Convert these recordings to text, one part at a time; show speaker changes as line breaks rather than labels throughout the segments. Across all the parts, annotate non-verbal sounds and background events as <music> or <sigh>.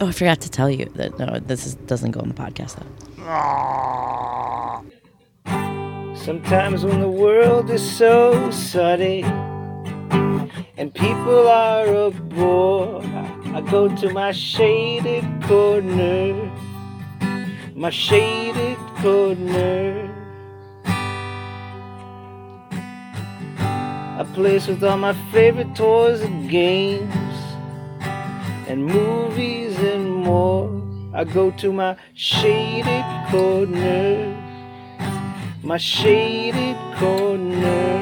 Oh, I forgot to tell you that no, this is, doesn't go on the podcast though.
Sometimes when the world is so sunny and people are a bore, I go to my shaded corner, my shaded corner. A place with all my favorite toys and games and movies and more. I go to my shaded corner my shaded corner.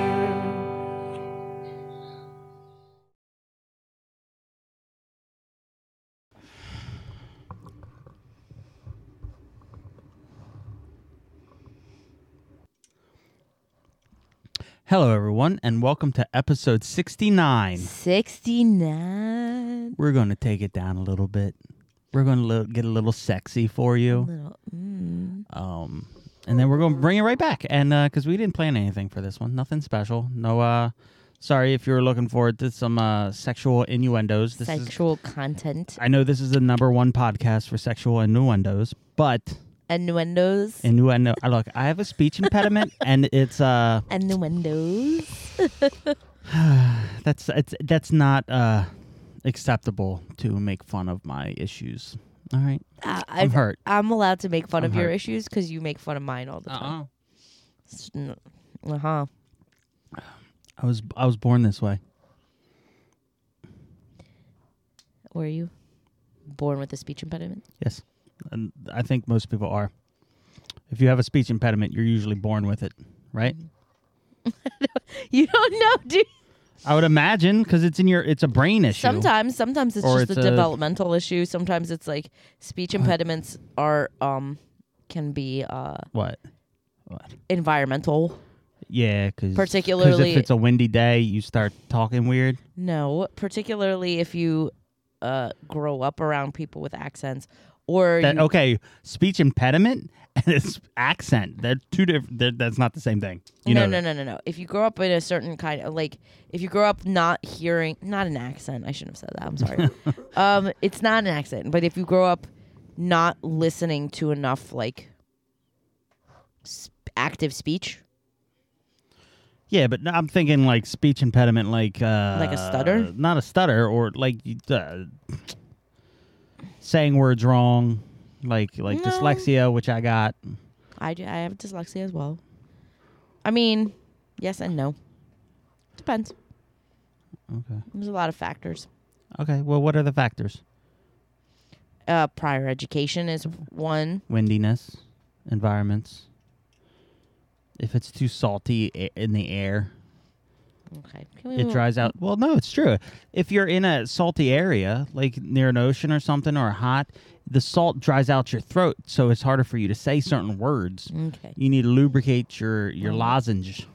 Hello, everyone, and welcome to episode 69.
69.
We're going to take it down a little bit. We're going to li- get a little sexy for you.
Little, mm.
Um, and then we're going to bring it right back. And because we didn't plan anything for this one, nothing special. No, uh, sorry if you were looking forward to some uh, sexual innuendos. This is,
Sexual content.
I know this is the number one podcast for sexual innuendos, but
Innuendos.
innuendo. uh, Look, I have a speech impediment, and it's uh,
Innuendos.
that's it's, that's not uh acceptable to make fun of my issues. All right,
I,
I'm
Uh, I've-
hurt.
I'm allowed to make fun
I'm
of your
hurt.
issues because you make fun of mine all the time.
Uh-uh.
Uh huh.
I was I was born this way.
Were you born with a speech impediment? <laughs>
Yes, and I think most people are. If you have a speech impediment, you're usually born with it, right?
You don't know, dude.
I would imagine because it's in your it's a brain issue.
Sometimes, sometimes it's
Or
just
it's
a
a- Uh-huh.
developmental issue. Sometimes it's like speech impediments are um can be uh
What? What?
environmental.
Yeah, because
Particularly-
if it's a windy day, you start talking weird.
No, particularly if you uh grow up around people with accents or
That, oh,
you-
okay, speech impediment <laughs> and it's accent. They're two different. That's not the same thing. You
no,
know that.
no, no, no, no. If you grow up in a certain kind of like, if you grow up not hearing, not an accent. I shouldn't have said that. I'm
<laughs>
sorry. um, it's not an accent, but if you grow up not listening to enough like sp- active speech,
Yeah, but I'm thinking like speech impediment, like uh,
Like a stutter?
not a stutter, or like you- uh, saying words wrong, like like
No.
dyslexia, which I got.
I do, I have dyslexia as well. I mean, yes and no. Depends.
Okay,
There's a lot of factors.
okay. Well, what are the factors?
Uh, prior education is one.
Windiness, environments. If it's too salty a- in the air,
Okay. Can we
it
move-
dries out. Well, no, it's true. If you're in a salty area, like near an ocean or something, or hot, the salt dries out your throat, so it's harder for you to say certain words.
Okay.
You need to lubricate your your lozenge,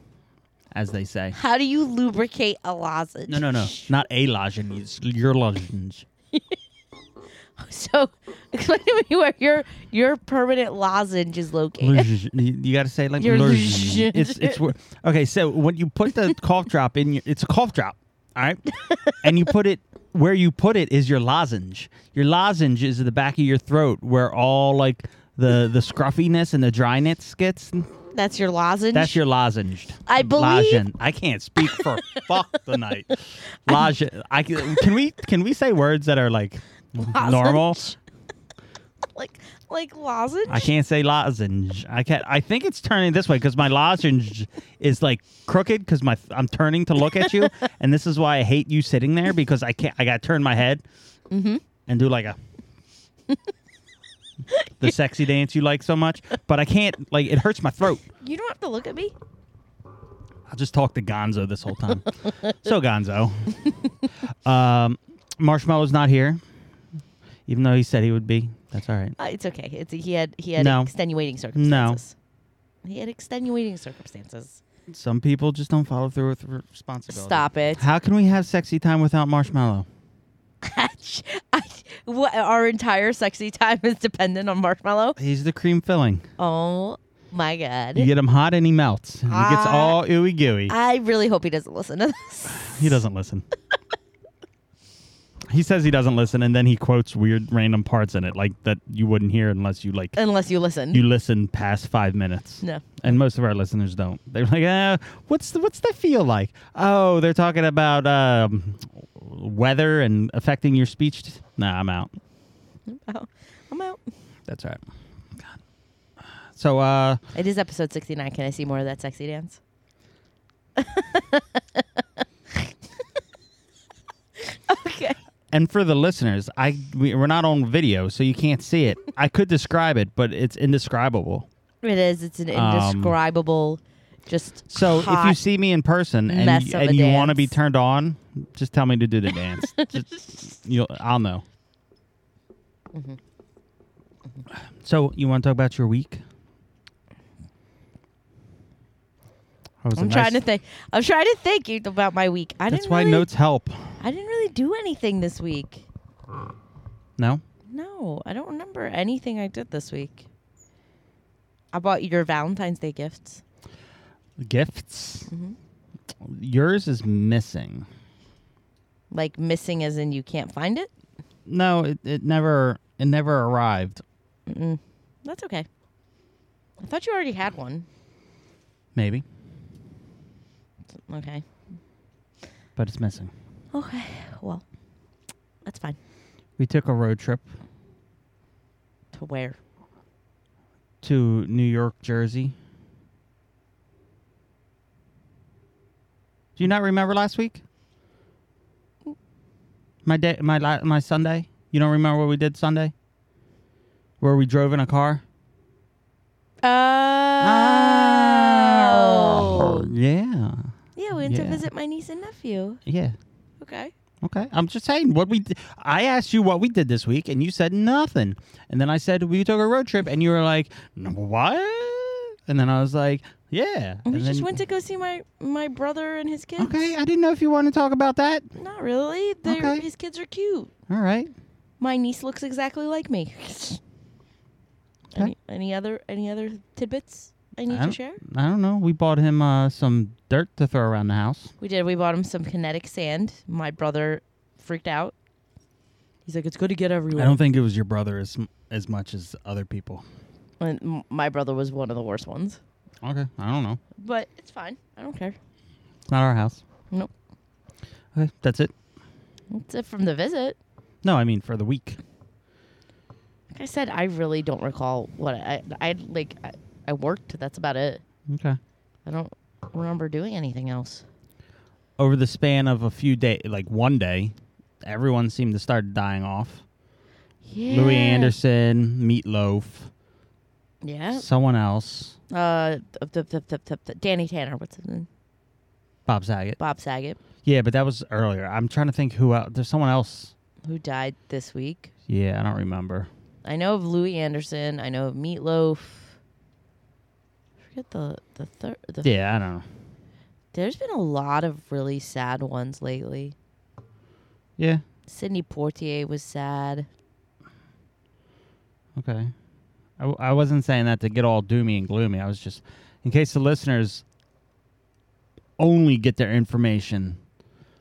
as they say.
How do you lubricate a lozenge?
No, no, no, not a lozenge. It's your lozenge.
<laughs> So explain to me where your your permanent lozenge is located.
Lozenge. You you gotta say it like
Your
lozenge.
lozenge.
It's it's where- okay. So when you put the <laughs> cough drop in, your, it's a cough drop, all
<laughs>
right, and you put it where you put it is your lozenge. Your lozenge is at the back of your throat where all like the the scruffiness and the dryness gets.
That's your lozenge.
That's your lozenge.
I believe-
Lozen- I can't speak
<laughs>
for fuck the night. Lozen. I can can we can we say words that are like normal?
like like lozenge.
I can't say lozenge. I can't. I think it's turning this way because my lozenge is like crooked because my I'm turning to look at you, and this is why I hate you sitting there because I can't. I got to turn my head and do like a the sexy dance you like so much, but I can't. Like it hurts my throat.
You don't have to look at me.
I'll just talk to Gonzo this whole time. so Gonzo, um, Marshmallow's not here, even though he said he would be. That's all right.
Uh, it's okay. It's he had he had
No.
extenuating circumstances. No. He had extenuating circumstances.
Some people just don't follow through with responsibility.
Stop it.
How can we have sexy time without marshmallow?
<laughs> I, what, our entire sexy time is dependent on marshmallow.
He's the cream filling.
Oh my god.
You get him hot and he melts. And he gets
Ah.
all ooey gooey.
I really hope he doesn't listen to this.
He doesn't listen. He says he doesn't listen, and then he quotes weird random parts in it, like that you wouldn't hear unless you like
<laughs> unless you listen.
you listen past five minutes.
No.
And most of our listeners don't. They're like, uh, what's the, what's that feel like? Oh, they're talking about um, weather and affecting your speech. Nah, I'm out.
Oh, I'm out.
That's right. So, uh,
It is episode 69. Can I see more of that sexy dance? okay.
and for the listeners, I we, we're not on video, so you can't see it. I could describe it, but it's indescribable.
It is. It's an
Um,
indescribable, just
So if you
hot-
see me in person and
mess
you,
of
and
a
you want to
dance.
be turned on, just tell me to do the
<laughs>
dance. Just- you'll, I'll know.
Mm-hmm.
So you want to talk about your week? That was a
I'm
nice-
trying to think. I'm trying to think about my week. I
That's
didn't.
why
really,
notes help.
I didn't really do anything this week.
No,
No, I don't remember anything I did this week. I bought your Valentine's Day gifts.
gifts.
Mm-hmm.
Yours is missing.
Like missing, as in you can't find it.
No, it, it never it never arrived.
That's okay. I thought you already had one.
Maybe,
Okay.
but it's missing.
Okay. Well, that's fine.
We took a road trip
To wear.
to New York, Jersey. Do you not remember last week? My day, my la- my Sunday. You don't remember what we did Sunday? Where we drove in a car?
Oh.
Yeah.
Yeah, we went to
Yeah.
visit my niece and nephew.
Yeah.
Okay.
Okay. I'm just saying what we. d- I asked you what we did this week, and you said nothing. And then I said we took a road trip, and you were like, "No, "What?" And then I was like, "Yeah."
We
And
just
then-
went to go see my my brother and his kids.
Okay, I didn't know if you want to talk about that.
Not really. They're,
Okay.
His kids are cute.
All right.
My niece looks exactly
<laughs>
like me. Any, any other any other tidbits I need
I
to
don't-
share?
I don't know. We bought him uh, some dirt to throw around the house.
We did. We bought him some kinetic sand. My brother freaked out. He's like, it's good to get everywhere.
I don't think it was your brother as as much as other people.
And m- my brother was one of the worst ones.
Okay, I don't know.
But it's fine. I don't care.
It's not our house.
Nope.
Okay, that's it.
That's it from the visit.
No, I mean for the week.
Like I said, I really don't recall what I I, I like. I, I worked. That's about it.
Okay.
I don't remember doing anything else.
Over the span of a few days, like one day, everyone seemed to start dying off.
Yeah.
Louis Anderson, Meatloaf,
Yeah.
someone else,
Uh, th- th- th- th- th- Danny Tanner. What's his name?
Bob Saget.
Bob Saget,
Yeah, but that was earlier. I'm trying to think who else. There's someone else.
who died this week.
Yeah, I don't remember.
I know of Louis Anderson. I know of Meatloaf. I forget the the third. The
Yeah, I don't know.
There's been a lot of really sad ones lately.
Yeah.
Sidney Portier was sad.
Okay. I, w- I wasn't saying that to get all doomy and gloomy. I was just, in case the listeners only get their information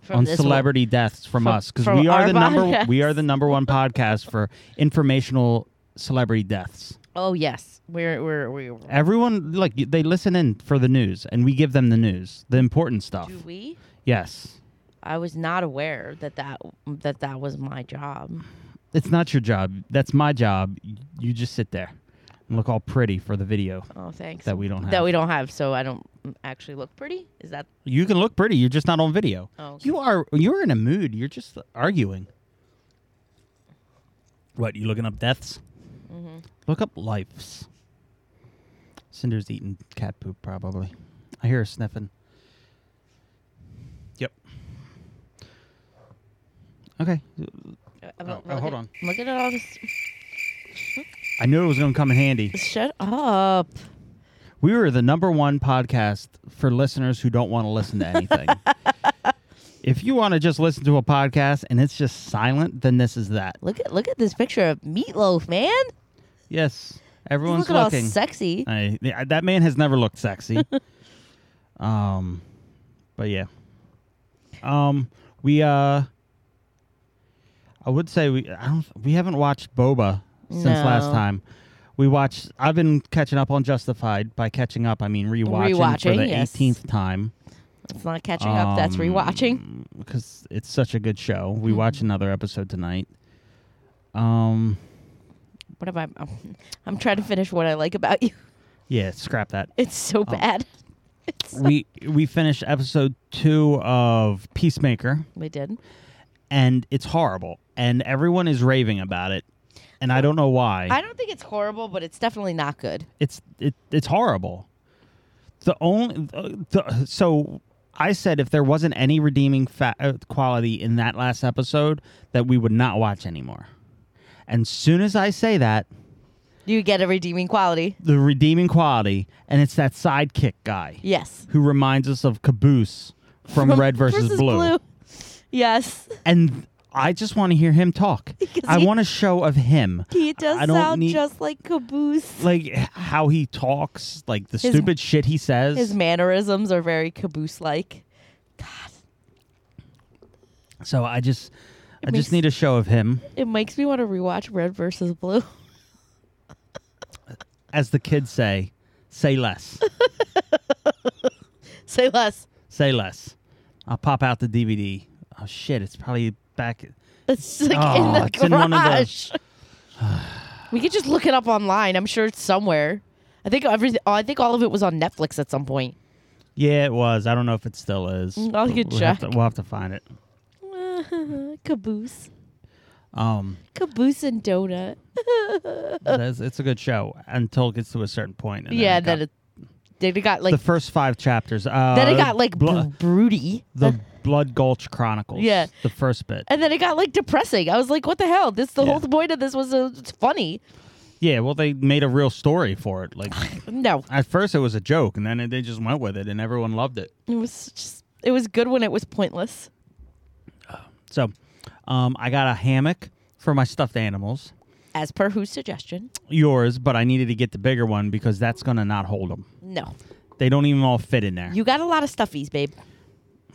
From
on
this
celebrity deaths from,
from-
us because
from
we are
our
the number
podcast.
we are the number one podcast for informational celebrity deaths.
One. Oh yes, we're we're we're.
Everyone like y- they listen in for the news, and we give them the news, the important stuff.
Do we?
Yes,
I was not aware that that that that was my job.
it's not your job. That's my job. Y- You just sit there and look all pretty for the video
Oh, thanks.
that we don't have.
That we don't have, so I don't actually look pretty. Is that?
You can look pretty. You're just not on video.
Oh, okay.
You are. You're in a mood. You're just arguing. What you looking up deaths?
Mm-hmm.
Look up lives. Cinder's eating cat poop, probably. I hear her sniffing. Yep. Okay.
Uh, uh,
Oh,
look
oh, hold
at-
on.
Look at all this.
I knew it was going to come in handy.
Shut up.
We were the number one podcast for listeners who don't want to listen to
<laughs>
anything. if you want to just listen to a podcast and it's just silent, then this is that.
Look at look at this picture of Meatloaf, man.
Yes,
He's
everyone's
looking all
looking. Uh,
sexy.
I, yeah, that man has never looked
<laughs>
sexy. um, but yeah. Um, we uh, I would say we I don't we haven't watched Boba since last
No.
time. We watched. I've been catching up on Justified. By catching up, I mean rewatching, for
Rewatching,
the
yes.
eighteenth time.
It's not catching up.
um,
That's rewatching.
because it's such a good show. We watch another episode tonight. Um,
What am I? I'm, I'm trying to finish what I like about you. <laughs>
yeah, scrap that.
It's so bad. <laughs> It's so-
we we finished episode two of Peacemaker,
we did.
and it's horrible, and everyone is raving about it, and I don't know why.
I don't think it's horrible, but it's definitely not good.
it's it, it's horrible. The only uh, the, so I said if there wasn't any redeeming fa- uh, quality in that last episode that we would not watch anymore. And soon as I say that,
You get a redeeming quality.
the redeeming quality, and it's that sidekick guy
Yes.
who reminds us of Caboose from, Red
<laughs>
versus, Blue.
Yes.
and I just want to hear him
<laughs>
talk.
'Cause
I
he-
want a show of him.
He does
I don't
sound
need-
just like Caboose.
like how he talks, like the
His-
stupid shit he says.
His mannerisms are very Caboose like.
so I just, I
makes-
just need a show of him,
It makes me want to rewatch Red versus Blue. <laughs>
as the kids say, say
<laughs>
less,
Say less.
say less. I'll pop out the DVD. Oh shit! It's probably back.
It's like
Oh,
in the
it's
garage.
in one of <sighs> the-
we could just look it up online. I'm sure it's somewhere. I think everything. I think all of it was on Netflix at
<laughs>
some point.
Yeah, it was. I don't know if it still is.
Mm, I'll
but
get
we'll have to-
checked.
We'll have to find it.
Caboose.
Um,
Caboose and Donut.
that's, it's a good show until it gets to a certain point. And
Uh, yeah,
then it
then
got-
it, then it got like
the first five chapters. Uh,
then it got like
blo-
br- broody. <laughs>
the Blood Gulch Chronicles.
Yeah.
the first bit.
and then it got like depressing. I was like, what the hell? This the
Yeah.
whole point of this was uh, it's funny.
Yeah, well, they made a real story for it.
<laughs>
Like
No,
at first, it was a joke, and then it- they just went with it, and everyone loved it.
it was just it was good when it was pointless.
So, um, I got a hammock for my stuffed animals,
As per whose suggestion?
yours, but I needed to get the bigger one because that's gonna not hold them.
No,
They don't even all fit in there.
you got a lot of stuffies, babe.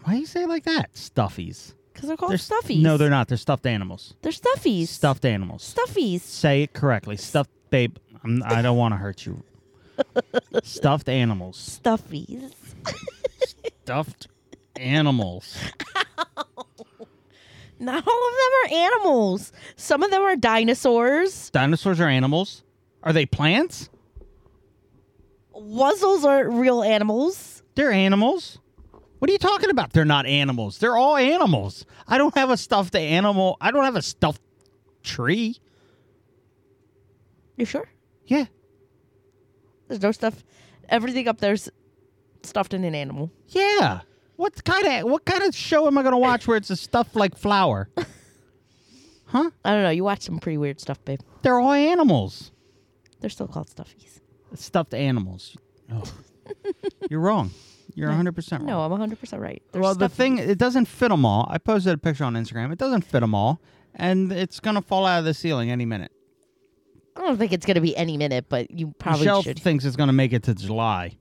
Why do you say it like that? Stuffies.
Because they're called
They're s-
Oh, stuffies.
No, they're not. They're stuffed animals.
they're stuffies.
Stuffed animals.
stuffies.
Say it correctly. Stuffed, babe. I'm, I don't want to hurt you. stuffed animals.
Stuffies.
Stuffed animals.
Not all of them are animals. Some of them are dinosaurs.
Dinosaurs are animals. Are they plants?
Wuzzles aren't real animals.
They're animals. What are you talking about? They're not animals. They're all animals. I don't have a stuffed animal. I don't have a stuffed tree.
You sure?
Yeah.
There's no stuff. Everything up there's stuffed in an animal.
Yeah. What kind of what kind of show am I going to watch where it's a stuffed like flower? huh?
I don't know. You watch some pretty weird stuff, babe.
They're all animals.
They're still called stuffies.
Stuffed animals. Ugh. Oh. You're wrong. You're 100% wrong.
No, I'm 100% right. They're
well, the
stuffies.
thing it doesn't fit them all. I posted a picture on Instagram. It doesn't fit them all, and it's gonna fall out of the ceiling any minute.
I don't think it's going to be any minute, but you probably
Michelle
should.
thinks it's gonna make it to July.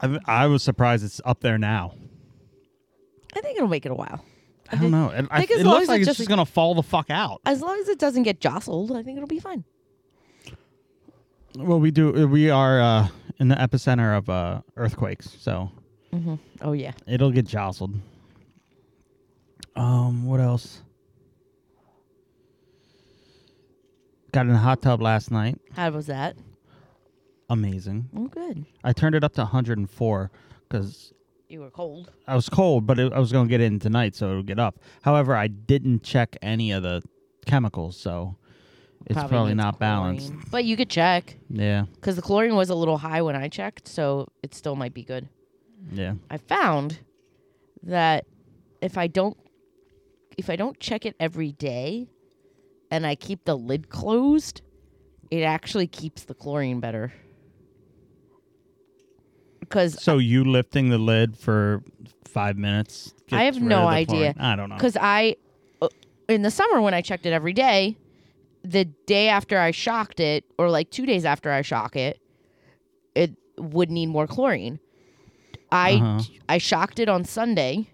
I, I was surprised it's up there now.
I think it'll make it a while.
I don't know. It, I,
think as
it
long
looks
as
like
it
it's
just-
just gonna fall the fuck out.
As long as it doesn't get jostled, I think it'll be fine.
Well, we do. We are uh, in the epicenter of uh, earthquakes, so
Oh, yeah.
it'll get jostled. Um, what else? Got in a hot tub last night.
How was that?
Amazing.
Oh, good.
I turned it up to 104 because
You were cold.
I was cold, but it, I was going to get in tonight, so it'll get up. However, I didn't check any of the chemicals, so it's probably,
needs
not balanced.
chlorine. But you could check
Yeah,
because the chlorine was a little high when I checked, so it still might be good.
yeah.
I found that if I don't if I don't check it every day and I keep the lid closed, it actually keeps the chlorine better. Cuz
So you lifting the lid for five minutes?
I have
gets rid
no
of the
idea.
chlorine? I don't know.
cuz I uh, in the summer when I checked it every day, the day after I shocked it or like 2 days after I shock it, it would need more chlorine. I
Uh-huh.
I shocked it on Sunday.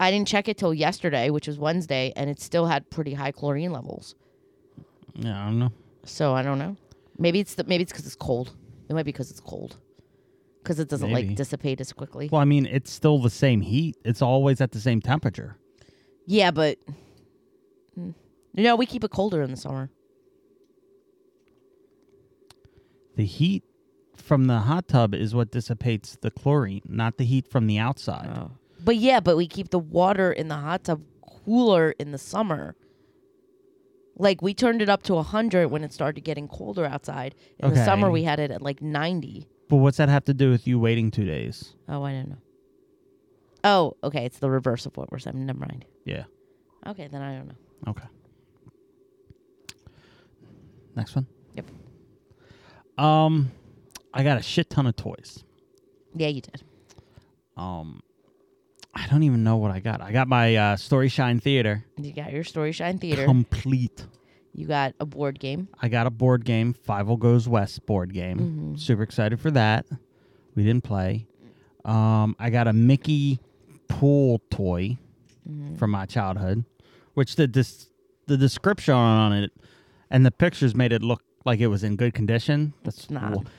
I didn't check it till yesterday, which was Wednesday, and it still had pretty high chlorine levels.
Yeah, I don't know.
So I don't know. Maybe it's the, maybe it's because it's cold. It might be because it's cold, because it doesn't
Maybe.
like dissipate as quickly.
Well, I mean, it's still the same heat. It's always at the same temperature.
yeah, but Mm. no, we keep it colder in the summer.
The heat from the hot tub is what dissipates the chlorine, not the heat from the outside.
Uh. But yeah, but we keep the water in the hot tub cooler in the summer. Like we turned it up to 100 when it started getting colder outside. In the summer
Okay.
we had it at like 90.
But what's that have to do with you waiting two days?
Oh, I don't know. Oh, okay, it's the reverse of what we're saying. Never mind.
Yeah.
Okay, then I don't know.
Okay. Next one.
Yep.
Um, I got a shit ton of toys.
Yeah, you did.
Um, I don't even know what I got. I got my uh, Story Shine Theater
You got your Story Shine Theater.
complete.
You got a board game.
I got a board game, Five O Goes West board game.
Mm-hmm.
Super excited for that. We didn't play. Um, I got a Mickey pool toy
Mm-hmm.
from my childhood, which the dis- the description on it and the pictures made it look like it was in good condition. That's
It's not. Mm,
wh-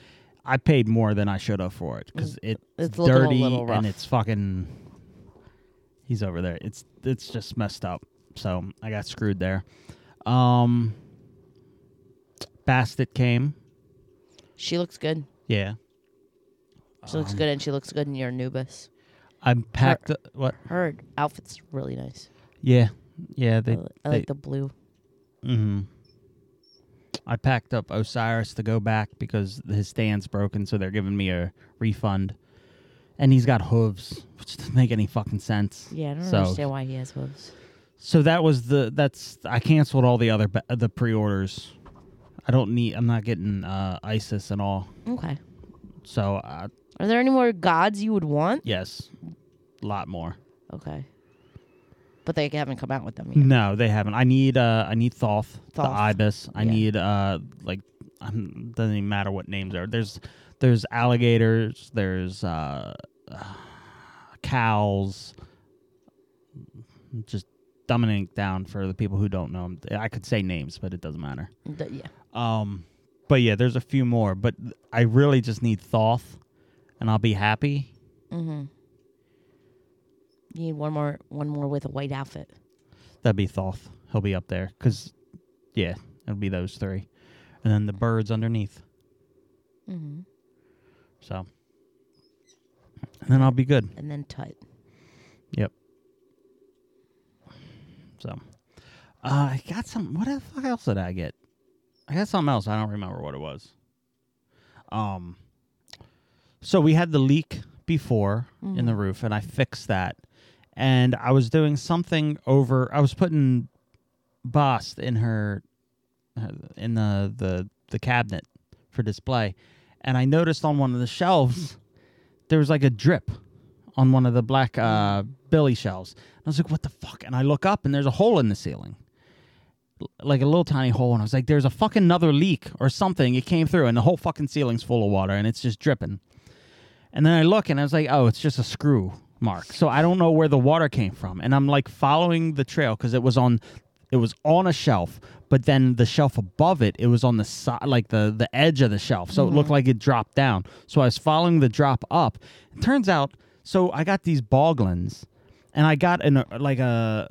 I paid more than I should have for it because it's,
It's looking a
dirty
little rough.
and it's fucking. He's over there. It's it's just messed up. So I got screwed there. Um, Bastet came.
She looks good.
Yeah,
She looks good, and she looks good in your Anubis.
I packed. what?
Her outfit's really nice.
Yeah, yeah.
I
They.
li- I like the blue.
hmm I packed up Osiris to go back because his stand's broken, so they're giving me a refund. And he's got hooves, which doesn't make any fucking sense.
Yeah, I don't
so,
understand why he has hooves.
So that was the that's I canceled all the other ba- the pre-orders. I don't need. I'm not getting uh, ISIS and all.
Okay.
So uh,
Are there any more gods you would want?
yes, a lot more.
Okay. But they haven't come out with them yet.
No, they haven't. I need uh I need Thoth, the
Thoth.
ibis. I
Yeah.
need uh like um, doesn't even matter what names are. There's there's alligators. There's uh cows. Just dumbing it down for the people who don't know. 'em. I could say names, but it doesn't matter.
Th- yeah.
Um, but yeah, there's a few more. But I really just need Thoth, and I'll be happy.
Mm-hmm. You need one more, one more with a white outfit.
That'd be Thoth. He'll be up there because, yeah, it'll be those three, and then the birds underneath.
Mm-hmm.
So, and then I'll be good.
And then Tut.
Yep. So, uh, I got some. What the fuck else did I get? I got something else. I don't remember what it was. Um. So we had the leak before in the roof, and I fixed that. And I was doing something over. I was putting Bost in her uh, in the the the cabinet for display, and I noticed on one of the shelves there was like a drip on one of the black uh, Billy shelves. And I was like, "What the fuck?" And I look up, and there's a hole in the ceiling, L- like a little tiny hole. And I was like, "There's a fucking another leak or something." It came through, and the whole fucking ceiling's full of water, and it's just dripping. And then I look, and I was like, "Oh, it's just a screw mark." So I don't know where the water came from, and I'm like following the trail because it was on, it was on a shelf, but then the shelf above it, it was on the side, like the the edge of the shelf, so it looked like it dropped down. So I was following the drop up. It turns out, so I got these boglins, and I got an uh, like a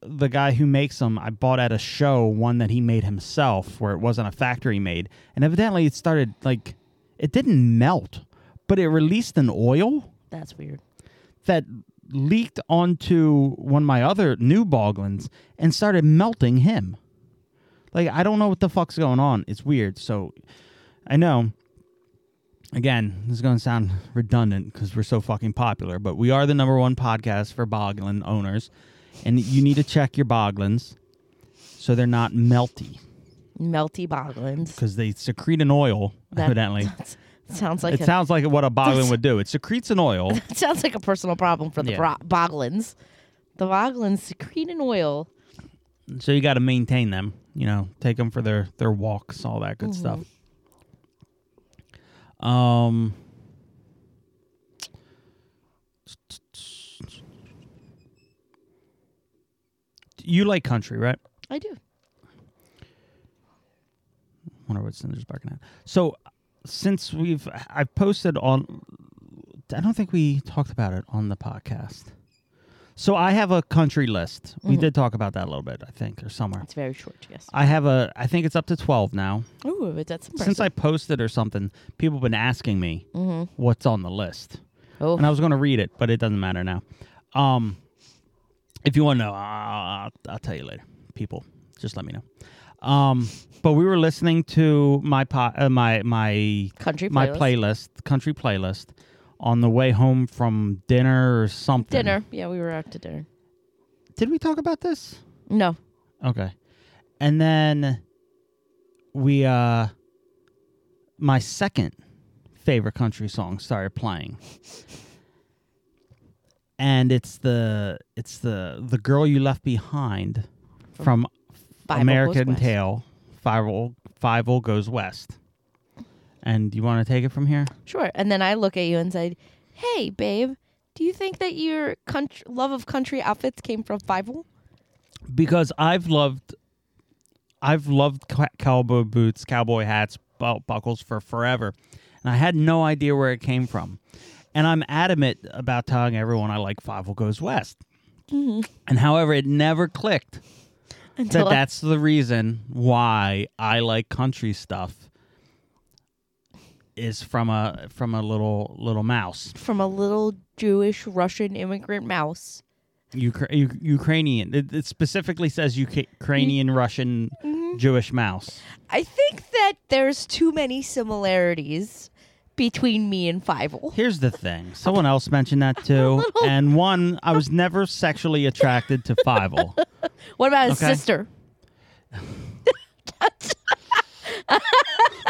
the guy who makes them, I bought at a show one that he made himself where it wasn't a factory made. And evidently it started like it didn't melt, but it released an oil
That's weird.
that leaked onto one of my other new boglins and started melting him. Like I don't know what the fuck's going on. It's weird. So I know again, this is going to sound redundant cuz we're so fucking popular, but we are the number 1 podcast for boglin owners and you need to check your boglins so they're not melty
Melty Boglins.
cuz they secrete an oil
That-
evidently.
that's- sounds like
It
a,
sounds like what a boglin would do. It secretes an oil.
<laughs> sounds like a personal problem for the
Yeah.
Bro- Boglins. The Boglins secrete an oil.
So you got to maintain them, you know, take them for their their walks, all that good stuff. Um you like country, right?
I do.
wonder what Cinder's barking at. So since we've I posted on I don't think we talked about it on the podcast. So I have a country list. We did talk about that a little bit, I think, or somewhere.
It's very short, yes.
I have a I think it's up to twelve now.
Ooh, but that's impressive. Mm-hmm.
Since I posted or something, people have been asking me what's on the list.
oh,
And I was going to read it, but it doesn't matter now. Um, if you want to know, I'll, I'll tell you later. People, just let me know. Um, but we were listening to my po- uh, my my
country
my
playlist.
playlist, country playlist, on the way home from dinner or something.
dinner. Yeah, we were out to dinner.
Did we talk about this?
No,
Okay. And then we uh my second favorite country song started playing. And it's the it's the the girl you left behind from,
Five Old Goes
American
West.
Tale. Five old five old goes west. And do you want to take it from here?
sure. And then I look at you and say, "Hey, babe, do you think that your country, love of country outfits came from Fivel?"
Because I've loved I've loved ca- cowboy boots, cowboy hats, belt buckles for forever, and I had no idea where it came from. And I'm adamant about telling everyone I like Five Will Goes West. And however, it never clicked that
Mm-hmm. Until I-
that's the reason why I like country stuff is from a from a little little mouse,
from a little Jewish Russian immigrant mouse.
Ukra- U- Ukrainian. It, it specifically says Uka- Ukrainian,
Mm-hmm.
Russian, Jewish mouse.
I think that there's too many similarities between me and Fivel.
Here's the thing. Someone else mentioned that
<laughs>
too. And one, I was never sexually attracted to
<laughs>
Fivel.
What about his
Okay.
sister? <laughs>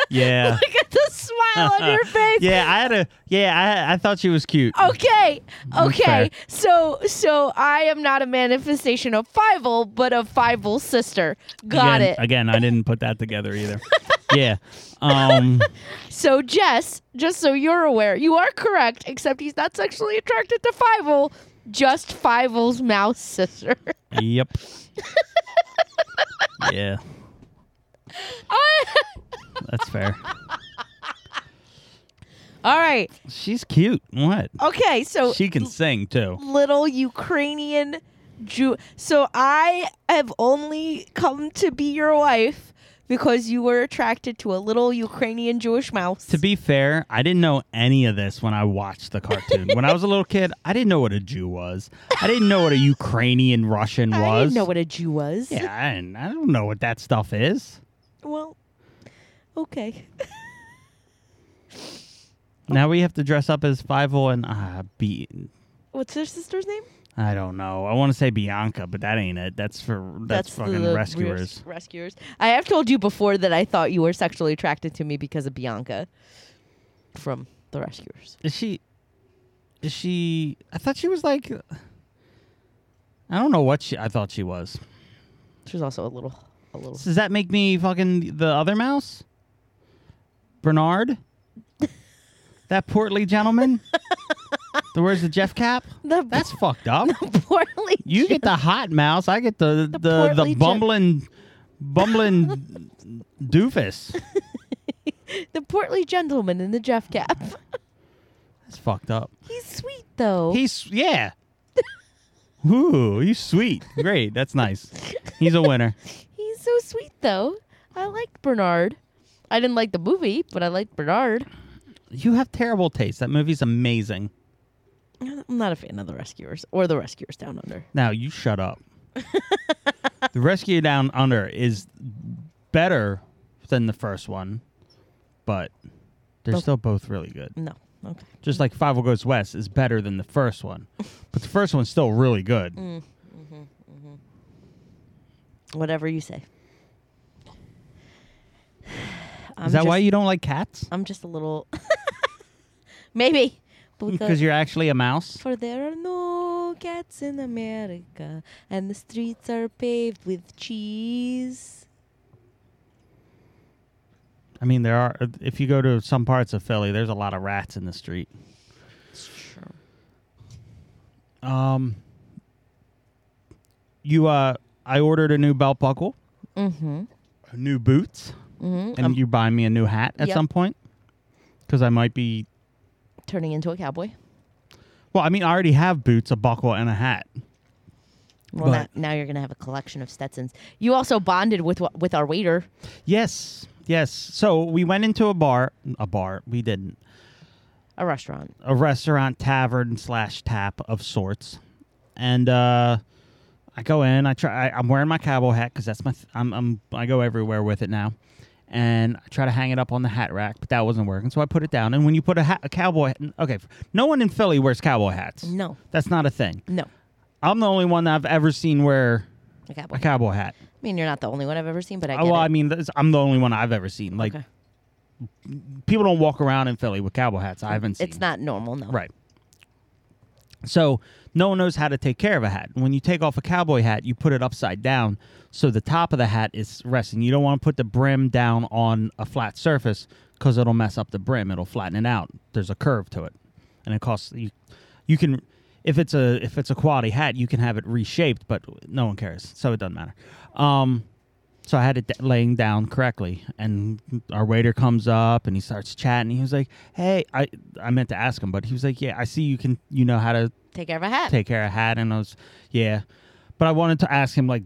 Yeah.
Look at the smile on
<laughs>
your face.
Yeah, I had a yeah, I I thought she was cute.
Okay.
Mm, fair.
Okay. So so I am not a manifestation of Fivel, but of Fivel's sister. Got
again,
it.
Again, I didn't put that together either.
<laughs>
yeah. Um
so Jess, just so you're aware, you are correct, except he's not sexually attracted to Fivel, just Fivel's mouse sister. <laughs>
yep. Yeah. That's fair.
All right.
She's cute. What?
Okay, so
She can sing too.
little Ukrainian Jew. So I have only come to be your wife because you were attracted to a little Ukrainian Jewish mouse.
To be fair, I didn't know any of this when I watched the cartoon. when I was a little kid, I didn't know what a Jew was. I didn't know what a Ukrainian Russian was.
I didn't know what a Jew was.
yeah, I, didn't- I don't know what that stuff is.
Well, okay. <laughs>
Now we have to dress up as Fivel and uh, be.
What's their sister's name?
I don't know. I want to say Bianca, but that ain't it. That's for that's, fucking
the
rescuers.
res- rescuers. I have told you before that I thought you were sexually attracted to me because of Bianca from the rescuers.
Is she? Is she? I thought she was like. I don't know what she. I thought she was.
She was also a little, a little.
Does that make me fucking the other mouse? Bernard? that portly gentleman? the where's the Jeff cap?
The- <laughs>
That's fucked up.
Poorly.
You get the hot mouse, I get the the, the,
portly gen-
bumbling bumbling doofus.
the portly gentleman in the Jeff cap.
That's fucked up.
He's sweet though.
He's yeah. Ooh, you sweet. Great. That's nice. He's a winner.
He's so sweet though. I liked Bernard. I didn't like the movie, but I liked Bernard.
You have terrible taste. That movie's amazing.
I'm not a fan of the rescuers or the rescuers down under.
Now you shut up. the Rescue Down Under is better than the first one, but they're still both really good.
No. Okay.
Just like Five Will Goes West is better than the first one, but the first one's still really good.
Mm. Whatever you <laughs> say. <sighs> I'm
is that
just,
why you don't like cats?
I'm just a little. <laughs> Maybe.
<laughs> Because you're actually a mouse.
<laughs> For there are no cats in America, and the streets are paved with cheese.
I mean, there are. If you go to some parts of Philly, there's a lot of rats in the street.
It's true.
Um, you uh, I ordered a new belt buckle, mm-hmm. new boots, and you buy me a new hat at
Mm-hmm. Um, Yep.
some point because I might be.
turning into a cowboy.
Well, I mean, I already have boots, a buckle, and a hat.
Well, now,
But-
now you're gonna have a collection of Stetsons. You also bonded with wh- with our waiter.
Yes, yes. So we went into a bar, a bar. We didn't.
A restaurant.
a restaurant tavern slash tap of sorts, and uh, I go in. I try. I, I'm wearing my cowboy hat because that's my. Th- I'm, I'm. I go everywhere with it now, and I try to hang it up on the hat rack, but that wasn't working. So I put it down. And when you put a, hat, a cowboy, hat, okay, no one in Philly wears cowboy hats.
No.
that's not a thing.
No,
I'm the only one that I've ever seen wear
a cowboy.
a cowboy hat.
I mean, you're not the only one I've ever seen, but I get
Oh, well,
it.
I mean, that's- I'm the only one I've ever seen. Like,
Okay.
people don't walk around in Philly with cowboy hats. I haven't seen.
it's not normal. No.
Right. So no one knows how to take care of a hat. When you take off a cowboy hat, you put it upside down so the top of the hat is resting. You don't want to put the brim down on a flat surface because it'll mess up the brim. It'll flatten it out. There's a curve to it, and it costs you. You can if it's a if it's a quality hat, you can have it reshaped, but no one cares, so it doesn't matter. Um, so I had it d- laying down correctly, and our waiter comes up and he starts chatting. He was like, "Hey, I I meant to ask him, but he was like, yeah, I see you can you know how to
Take care of a hat.
take care of hat." And I was, yeah, but I wanted to ask him like,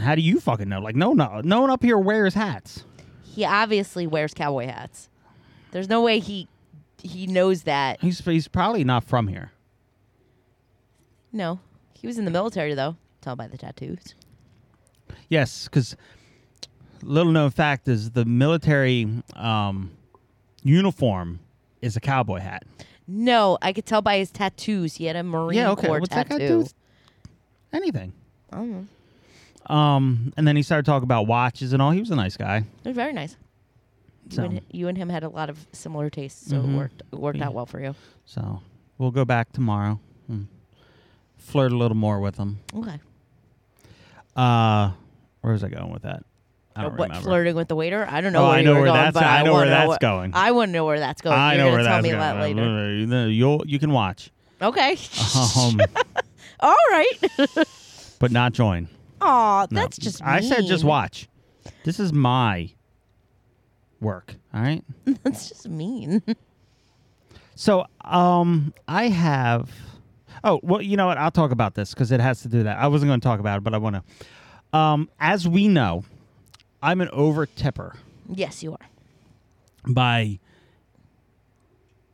how do you fucking know? Like, no, no, no one up here wears hats.
he obviously wears cowboy hats. There's no way he he knows that.
He's he's probably not from here.
No, he was in the military though. Tell by the tattoos.
Yes, because little known fact is the military um, uniform is a cowboy hat.
No, I could tell by his tattoos. He had a Marine
yeah, okay.
Corps
What's that
tattoo.
got to do with anything?
I don't know.
Um, and then he started talking about watches and all. He was a nice guy.
They're very nice. You,
So, Mm-hmm.
and, you and him had a lot of similar tastes, so it worked it worked
Mm.
out well for you.
so we'll go back tomorrow and flirt a little more with him.
Okay.
Uh, where was I going with that? I don't
what
remember.
flirting with the waiter? I don't know.
Oh,
where
I
you
know
were
where
going,
that's-
but
I know where
wanna
that's
what-
going.
I want to know where that's going.
I know
You're gonna
where
tell
that's
me
going.
that later.
You'll you can watch,
Okay.
um,
<laughs> All
<laughs>
right.
but not join.
Aw,
No.
that's just.
I said just
mean.
watch. This is my work. All right.
That's just mean. <laughs>
So, um, I have. Oh well, you know what? I'll talk about this because it has to do that. I wasn't going to talk about it, but I want to. Um, as we know, I'm an over tipper
yes, you are.
by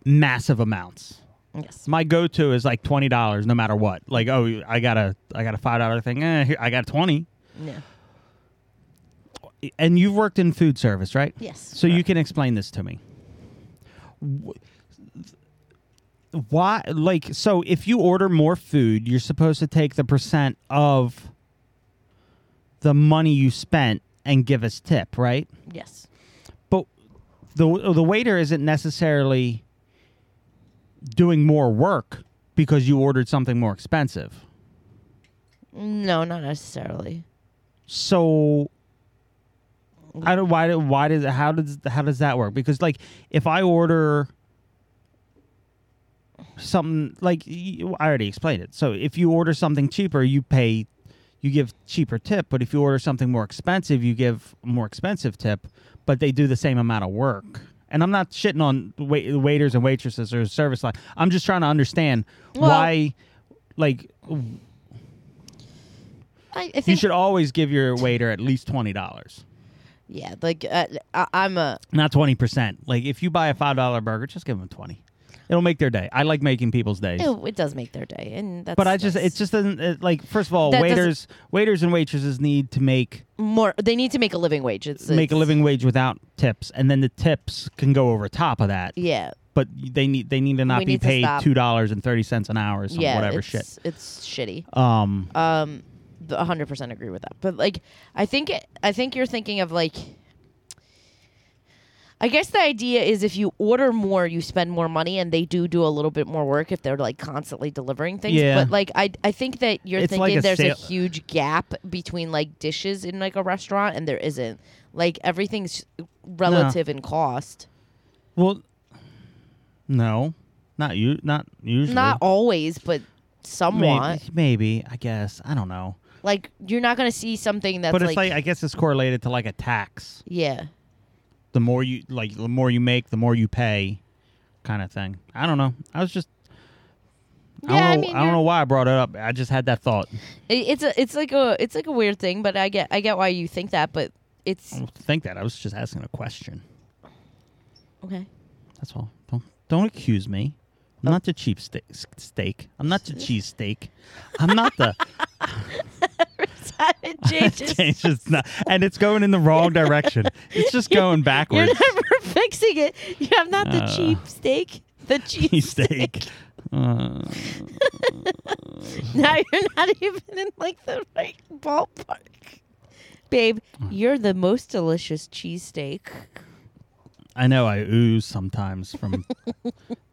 massive amounts.
Yes.
My go to is like twenty dollars, no matter what. Like, oh, I got a, I got a five dollar thing. Eh, here, I got twenty.
Yeah.
And you've worked in food service, right?
Yes.
So you can explain this to me. Wh- Why, like, so if you order more food, you're supposed to take the percent of the money you spent and give us tip, right?
Yes.
But the the waiter isn't necessarily doing more work because you ordered something more expensive.
No, not necessarily.
So I don't why do- why does how does how does that work? Because like if I order something like y- I already explained it. So if you order something cheaper, you pay you give cheaper tip, but if you order something more expensive, you give more expensive tip, but they do the same amount of work. And I'm not shitting on wait, waiters and waitresses or service line. I'm just trying to understand
Well-
why like
I, I
you
think.
should always give your waiter at least $20.
Yeah, like uh, I, I'm a.
Not twenty percent. Like if you buy a five dollar burger, just give them twenty. It'll make their day. I like making people's days.
It, oh, it does make their day, and that's.
But I just
nice.
it just doesn't it, like. First of all,
That doesn't-
waiters, waiters and waitresses need to make
more. They need to make a living wage. It's
make a
it's-
living wage without tips, and then the tips can go over top of that.
Yeah.
But they need they need to not
We
be
need to
paid
stop.
two dollars and thirty cents an hour or some
Yeah.
whatever
it's,
shit.
It's shitty.
Um,
Um, th- 100% agree with that. But like, I think it, I think you're thinking of like. I guess the idea is if you order more, you spend more money, and they do do a little bit more work if they're like constantly delivering things.
Yeah.
But like, I I think that you're
It's like
thinking
a
there's a
sale-
huge gap between like dishes in like a restaurant, and there isn't. Like everything's relative in cost.
well, no, not you, not usually.
Not always, but somewhat.
Maybe, maybe I guess I don't know.
Like you're not gonna see something that's
but it's
like,
like I guess it's correlated to like a tax.
yeah.
The more you like, the more you make, the more you pay, kind of thing. I don't know. I was just. I
Yeah, I
don't, know,
mean,
I don't
you're-
know why I brought it up. I just had that thought.
It, it's a it's like a it's like a weird thing, but I get I get why you think that, but
I
it's
don't think that I was just asking a question.
<laughs> <laughs> okay.
That's all. Don't don't accuse me.
Oh.
I'm not the cheap ste- s- steak. I'm not the cheese steak. I'm not
<laughs>
the
Simon <laughs>
<laughs>
changes.
It's just not- and it's going in the wrong
<laughs>
direction. It's just going
You're <laughs>
backwards.
never fixing it. You have not the
Uh,
cheap steak. <laughs> The cheap
Cheese steak. Uh,
Now you're not even in like the right ballpark. Babe, you're the most delicious cheesesteak.
I know I ooze sometimes
<laughs>
from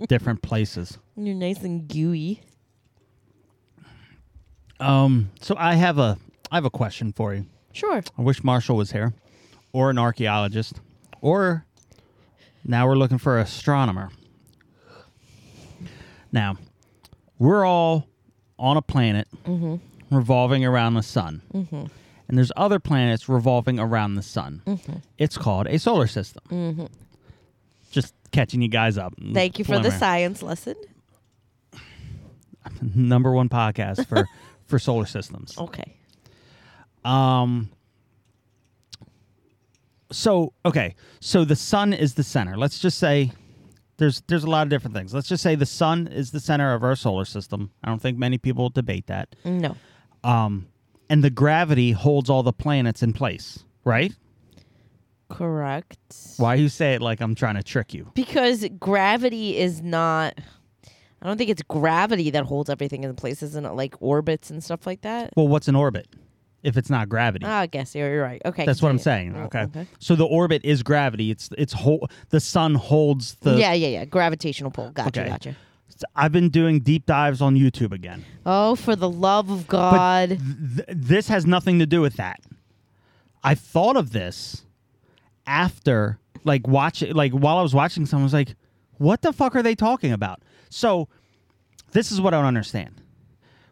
different places.
You're nice and gooey.
Um, so I have a I have a question for you.
Sure.
I wish Marshall was here, or an archaeologist, or now we're looking for an astronomer. Now, we're all on a planet
Mm-hmm.
revolving around the sun, and there's other planets revolving around the sun.
Mm-hmm.
It's called a solar system. Just catching you guys up.
Thank you for the
Preliminary.
science lesson.
number one podcast for <laughs> for solar systems.
Okay.
Um. So okay, so the sun is the center. Let's just say there's there's a lot of different things. Let's just say the sun is the center of our solar system. I don't think many people debate that.
No.
Um, and the gravity holds all the planets in place, right?
Correct.
Why you say it like I'm trying to trick you?
Because gravity is not I don't think it's gravity that holds everything in place, isn't it? Like orbits and stuff like that.
Well, what's an orbit if it's not gravity?
Ah, I guess you're, you're right. Okay.
That's what I'm
continue.
saying.
Oh,
Okay. So the orbit is gravity. It's it's whole the sun holds the
yeah, yeah, yeah. Gravitational pull. Gotcha,
Okay.
gotcha.
I've been doing deep dives on YouTube again.
Oh, for the love of God.
Th- this has nothing to do with that. I thought of this after, like, watching, like, while I was watching someone, I was like, what the fuck are they talking about? So, this is what I don't understand.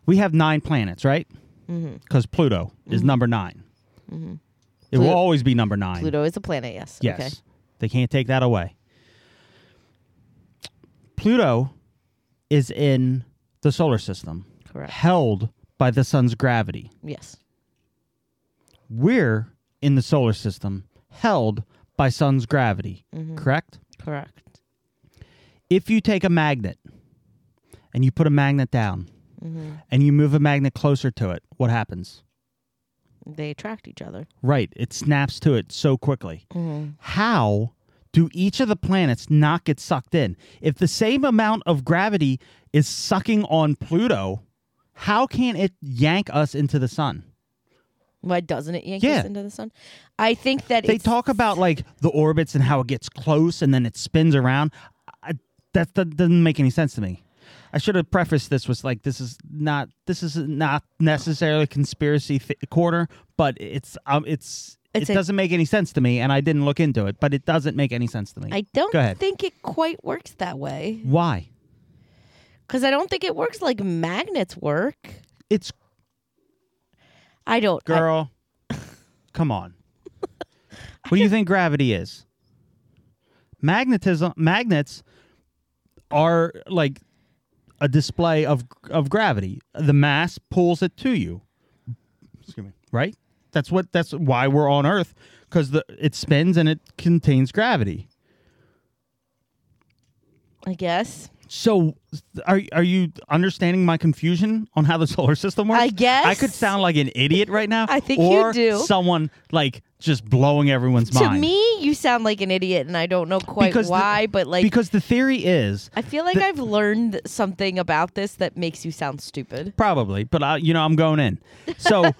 We have nine planets, right?
Mm-hmm.
Because Pluto is number 9 It will
Plu-
always be number nine.
Mm-hmm. Pluto is a planet, yes.
Yes.
Okay.
They can't take that away. Pluto is in the solar system,
Correct.
held by the sun's gravity.
Yes.
We're in the solar system, held by sun's gravity, correct?
Correct.
If you take a magnet and you put a magnet down and you move a magnet closer to it, what happens?
They attract each other.
Right, it snaps to it so quickly. How do each of the planets not get sucked in? If the same amount of gravity is sucking on Pluto, how can it yank us into the sun?
Why doesn't it yank
Yeah.
us into the sun? I think that
They
it's,
talk about like the orbits and how it gets close and then it spins around. I, that, that doesn't make any sense to me. I should have prefaced this with like this is not this is not necessarily conspiracy th- corner, but it's um it's,
It's
it
a-
doesn't make any sense to me, and I didn't look into it, but it doesn't make any sense to me.
I don't
Go ahead.
think it quite works that way
Why?
because I don't think it works like magnets work.
It's
I don't. I-
girl. <laughs> come on. What do you think gravity is? Magnetism magnets are like a display of of gravity. The mass pulls it to you. Excuse me. Right? That's what that's why we're on earth cuz the it spins and it contains gravity.
I, guess.
So are are you understanding my confusion on how the solar system works?
I guess.
I could sound like an idiot right now.
<laughs> I think you
or
do.
Someone like just blowing everyone's
To
mind.
me, you sound like an idiot, and I don't know quite
Because the-
why, but like.
because the theory is
I feel like I've learned something about this that makes you sound stupid.
probably, but I, you know I'm going in. So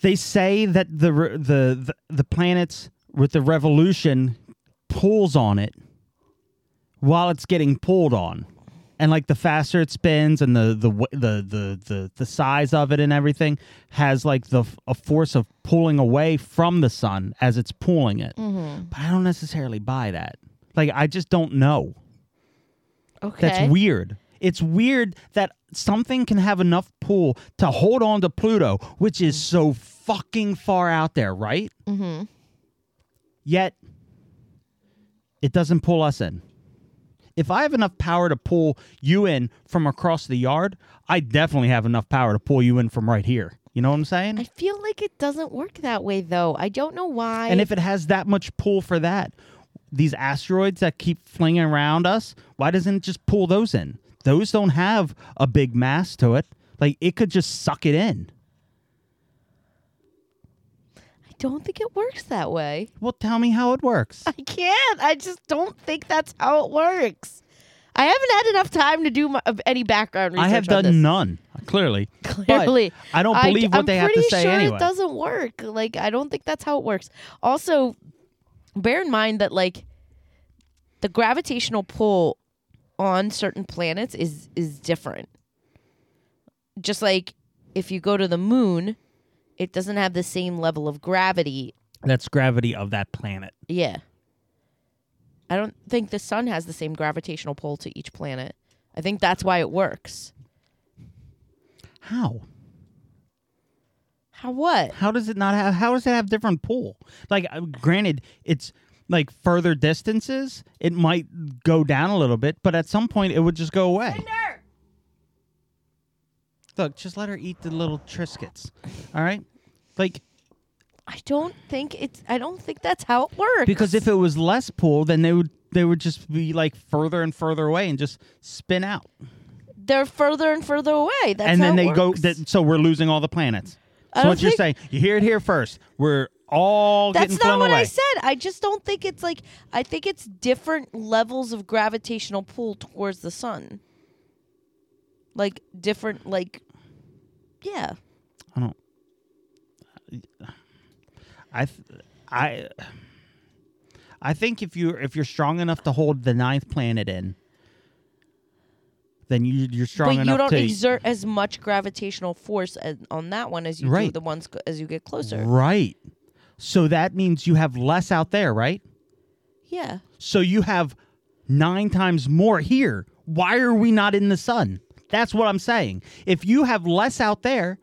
they say that the, re- the the the planets with the revolution pulls on it while it's getting pulled on. And like the faster it spins and the the w- the the the, the size of it and everything has like the f- a force of pulling away from the sun as it's pulling it. But I don't necessarily buy that. Like I just don't know.
Okay.
That's weird. It's weird that something can have enough pull to hold on to Pluto, which is so fucking far out there, right? Mm-hmm. Yet, it doesn't pull us in. If I have enough power to pull you in from across the yard, I definitely have enough power to pull you in from right here. You know what I'm saying?
I feel like it doesn't work that way though. I don't know why.
And if it has that much pull for that, these asteroids that keep flinging around us, why doesn't it just pull those in? Those don't have a big mass to it. Like it could just suck it in.
I don't think it works that way.
Well, tell me how it works.
<laughs> I can't. I just don't think that's how it works. I haven't had enough time to do my, of any background <laughs> research.
I have
on
done
this.
none, clearly. But
<laughs> Clearly,
I don't
I-
believe what
I'm
they have to
pretty
say
sure
anyway.
It doesn't work. Like I don't think that's how it works. Also, bear in mind that like the gravitational pull on certain planets is is different. Just like if you go to the moon, it doesn't have the same level of gravity.
That's gravity of that planet.
Yeah. I don't think the sun has the same gravitational pull to each planet. I think that's why it works.
How?
How what?
How does it not have? How does it have different pull? Like, uh, granted, it's like further distances, it might go down a little bit, but at some point, it would just go away. Look, just let her eat the little triscuits. All right, like
I don't think it's. I don't think that's how it works.
because if it was less pull, then they would they would just be like further and further away and just spin out,
they're further and further away, that's
and
how
then
it
they go.
works.
That, so we're losing all the planets.
I
So
don't
what you're
think-
saying? You hear it here first. We're all
that's
getting
not
flown
what
away.
I said. I just don't think it's like. I think it's different levels of gravitational pull towards the sun. Like different, like, yeah.
I don't. I, th- I, I think if you if you're strong enough to hold the ninth planet in, then you you're strong
but
enough
you don't
to
exert as much gravitational force as, on that one as you do
Right.
the ones go- as you get closer.
right. So that means you have less out there, right?
Yeah.
So you have nine times more here. Why are we not in the sun? That's what I'm saying. If you have less out there,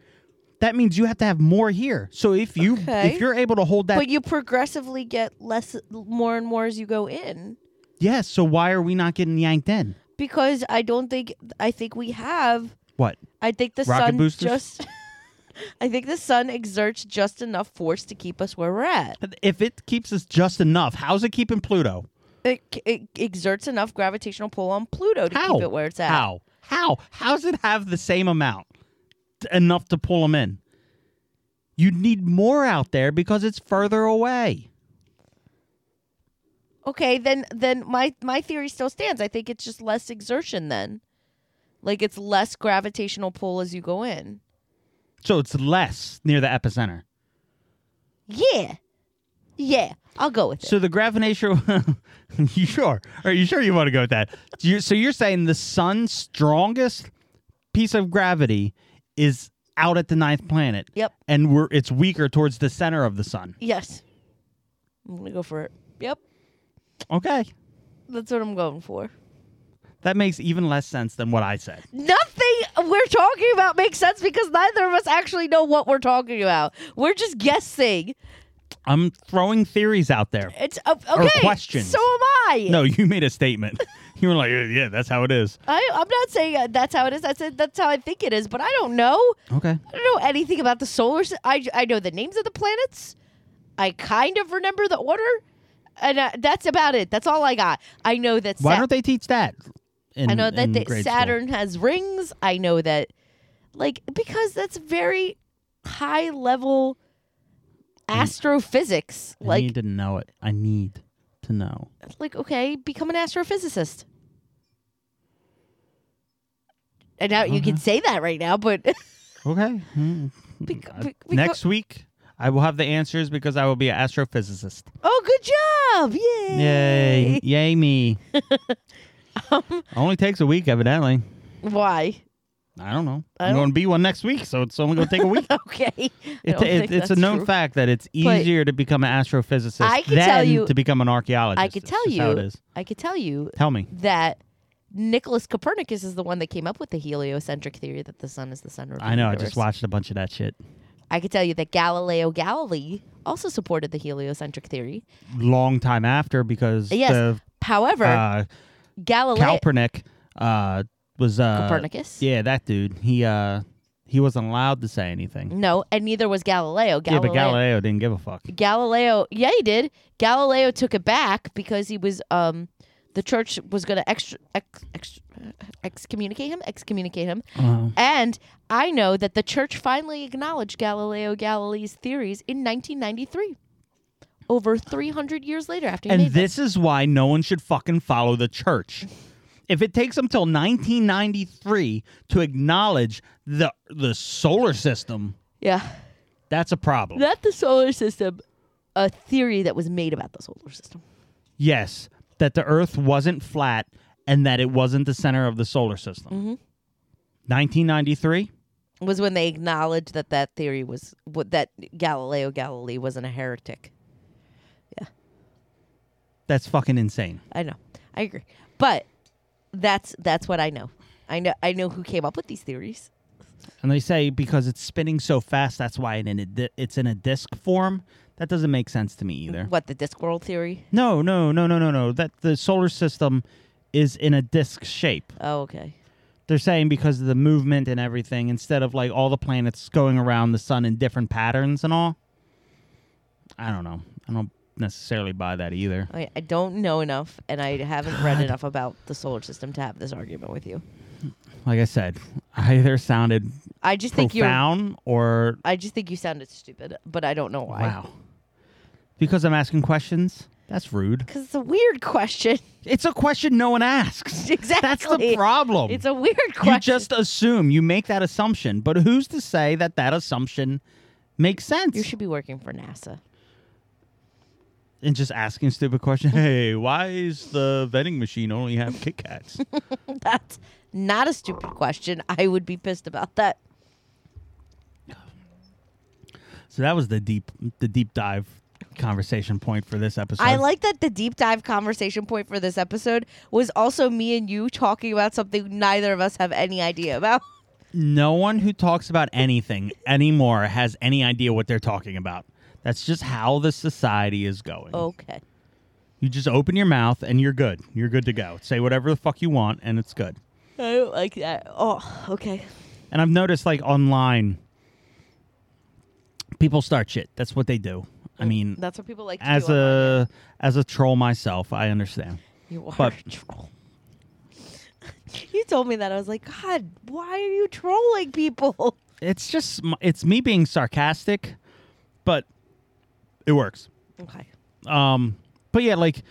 that means you have to have more here. So if you
Okay.
if you're able to hold that
but you progressively get less, more and more as you go in.
Yes. So why are we not getting yanked in?
Because I don't think I think we have
What?
I think the
Rocket
sun
boosters?
just. <laughs> I think the sun exerts just enough force to keep us where we're at.
If it keeps us just enough, how's it keeping Pluto?
It, it exerts enough gravitational pull on Pluto to
How?
keep it where it's at.
How? How? How's it have the same amount T- enough to pull them in? You need more out there because it's further away.
Okay, then then my my theory still stands. I think it's just less exertion then. Like it's less gravitational pull as you go in.
So it's less near the epicenter.
Yeah. Yeah, I'll go with it.
So the gravitational. <laughs> you sure? Are you sure you want to go with that? Do you- so you're saying the sun's strongest piece of gravity is out at the ninth planet.
Yep.
And we're it's weaker towards the center of the sun.
yes. I'm going to go for it. Yep.
Okay.
That's what I'm going for.
That makes even less sense than what I said.
nothing we're talking about makes sense because neither of us actually know what we're talking about. We're just guessing.
I'm throwing theories out there.
It's uh, okay.
questions.
So am I.
No, you made a statement. <laughs> You were like, "Yeah, yeah, that's how it is.
I, I'm not saying uh, that's how it is. I said that's how I think it is, but I don't know.
Okay.
I don't know anything about the solar. sy- I I know the names of the planets. I kind of remember the order, and uh, that's about it. That's all I got. I know that.
Why
Sa-
don't they teach that? In,
I know
in
that they,
grade school?
Saturn has rings. I know that, like, because that's very high level astrophysics.
I
Like,
need to know it. I need to know.
like okay, become an astrophysicist. I doubt you
Uh-huh.
can say that right now, but <laughs>
Okay. Mm.
bec-
Hmm, Uh,
bec- beco-
next week I will have the answers because I will be an astrophysicist.
oh, good job! Yay! <laughs> Um,
Yay. Yay me. only takes a week evidently.
Why? <laughs>
I don't know.
I
I'm
don't-
going to be one next week, so it's only going to take a week.
Okay, I
It,
don't
it- <laughs>
think
it's a
that's
known
true.
fact that it's
But-
easier to become an astrophysicist
I can
than
tell you-
to become an archaeologist.
I could
It's
tell
just
you.
how it is.
I could tell you
Tell me.
that Nicholas Copernicus is the one that came up with the heliocentric theory that the sun is the center of the
I know. I
universe.
just watched a bunch of that shit.
I could tell you that Galileo Galilei also supported the heliocentric theory.
Long time after because
Yes.
the
However,
uh,
Galileo
Calpernic uh, was uh,
Copernicus.
Yeah, that dude. He uh, he wasn't allowed to say anything.
No, and neither was Galileo.
Yeah,
Galileo
but Galileo didn't give a fuck.
Galileo, yeah, he did. Galileo took it back because he was um the church was going to ex, ex, excommunicate him, excommunicate him. And I know that the church finally acknowledged Galileo Galilei's theories in 1993. Over 300 years later after he
And
made them.
this is why no one should fucking follow the church. If it takes them till 1993 to acknowledge the the solar system,
Yeah.
that's a problem.
Not the solar system, a theory that was made about the solar system.
yes, that the Earth wasn't flat and that it wasn't the center of the solar system. 1993.
Was when they acknowledged that that theory was what that Galileo Galilei wasn't a heretic.
That's fucking insane.
I know. I agree. But that's that's what I know. I know I know who came up with these theories.
And they say because it's spinning so fast, that's why it in a di- it's in a disc form. That doesn't make sense to me either.
What the Discworld theory?
No, no, no, no, no, no. That the solar system is in a disc shape.
Oh, okay.
They're saying because of the movement and everything, instead of like all the planets going around the sun in different patterns and all. I don't know. I don't necessarily buy that either.
I, I don't know enough, and I haven't read enough about the solar system to have this argument with you.
Like I said, <laughs> I either sounded
I just think you're.
profound or
I just think you sounded stupid, but I don't know why.
wow. Because I'm asking questions. That's rude.
Because it's a weird question.
It's a question no one asks. That's the
<laughs> Exactly.
problem.
It's a weird question.
Oh, you just assume, you make that assumption, but who's to say that that assumption makes sense?
You should be working for NASA. <laughs>
and just asking stupid
<laughs>
questions. Hey, why is the vending machine only have Kit
<laughs>
Kats?
That's not a stupid question. I would be pissed about that.
so that was the deep, the deep dive conversation point for this episode.
I like that the deep dive conversation point for this episode was also me and you talking about something neither of us have any idea about. <laughs>
no one who talks about anything anymore has any idea what they're talking about. That's just how the society is going.
Okay.
You just open your mouth and you're good. You're good to go. Say whatever the fuck you want and it's good.
I don't like that. Oh, okay.
And I've noticed like online, people start shit. That's what they do. I mean,
Mm. That's what people like to
as
do
a
online.
as a troll myself, I understand.
You are
but-
<laughs> a troll. you told me that. I was like, God, why are you trolling people? <laughs>
It's just m- it's me being sarcastic, but it works.
Okay.
Um, but yeah, like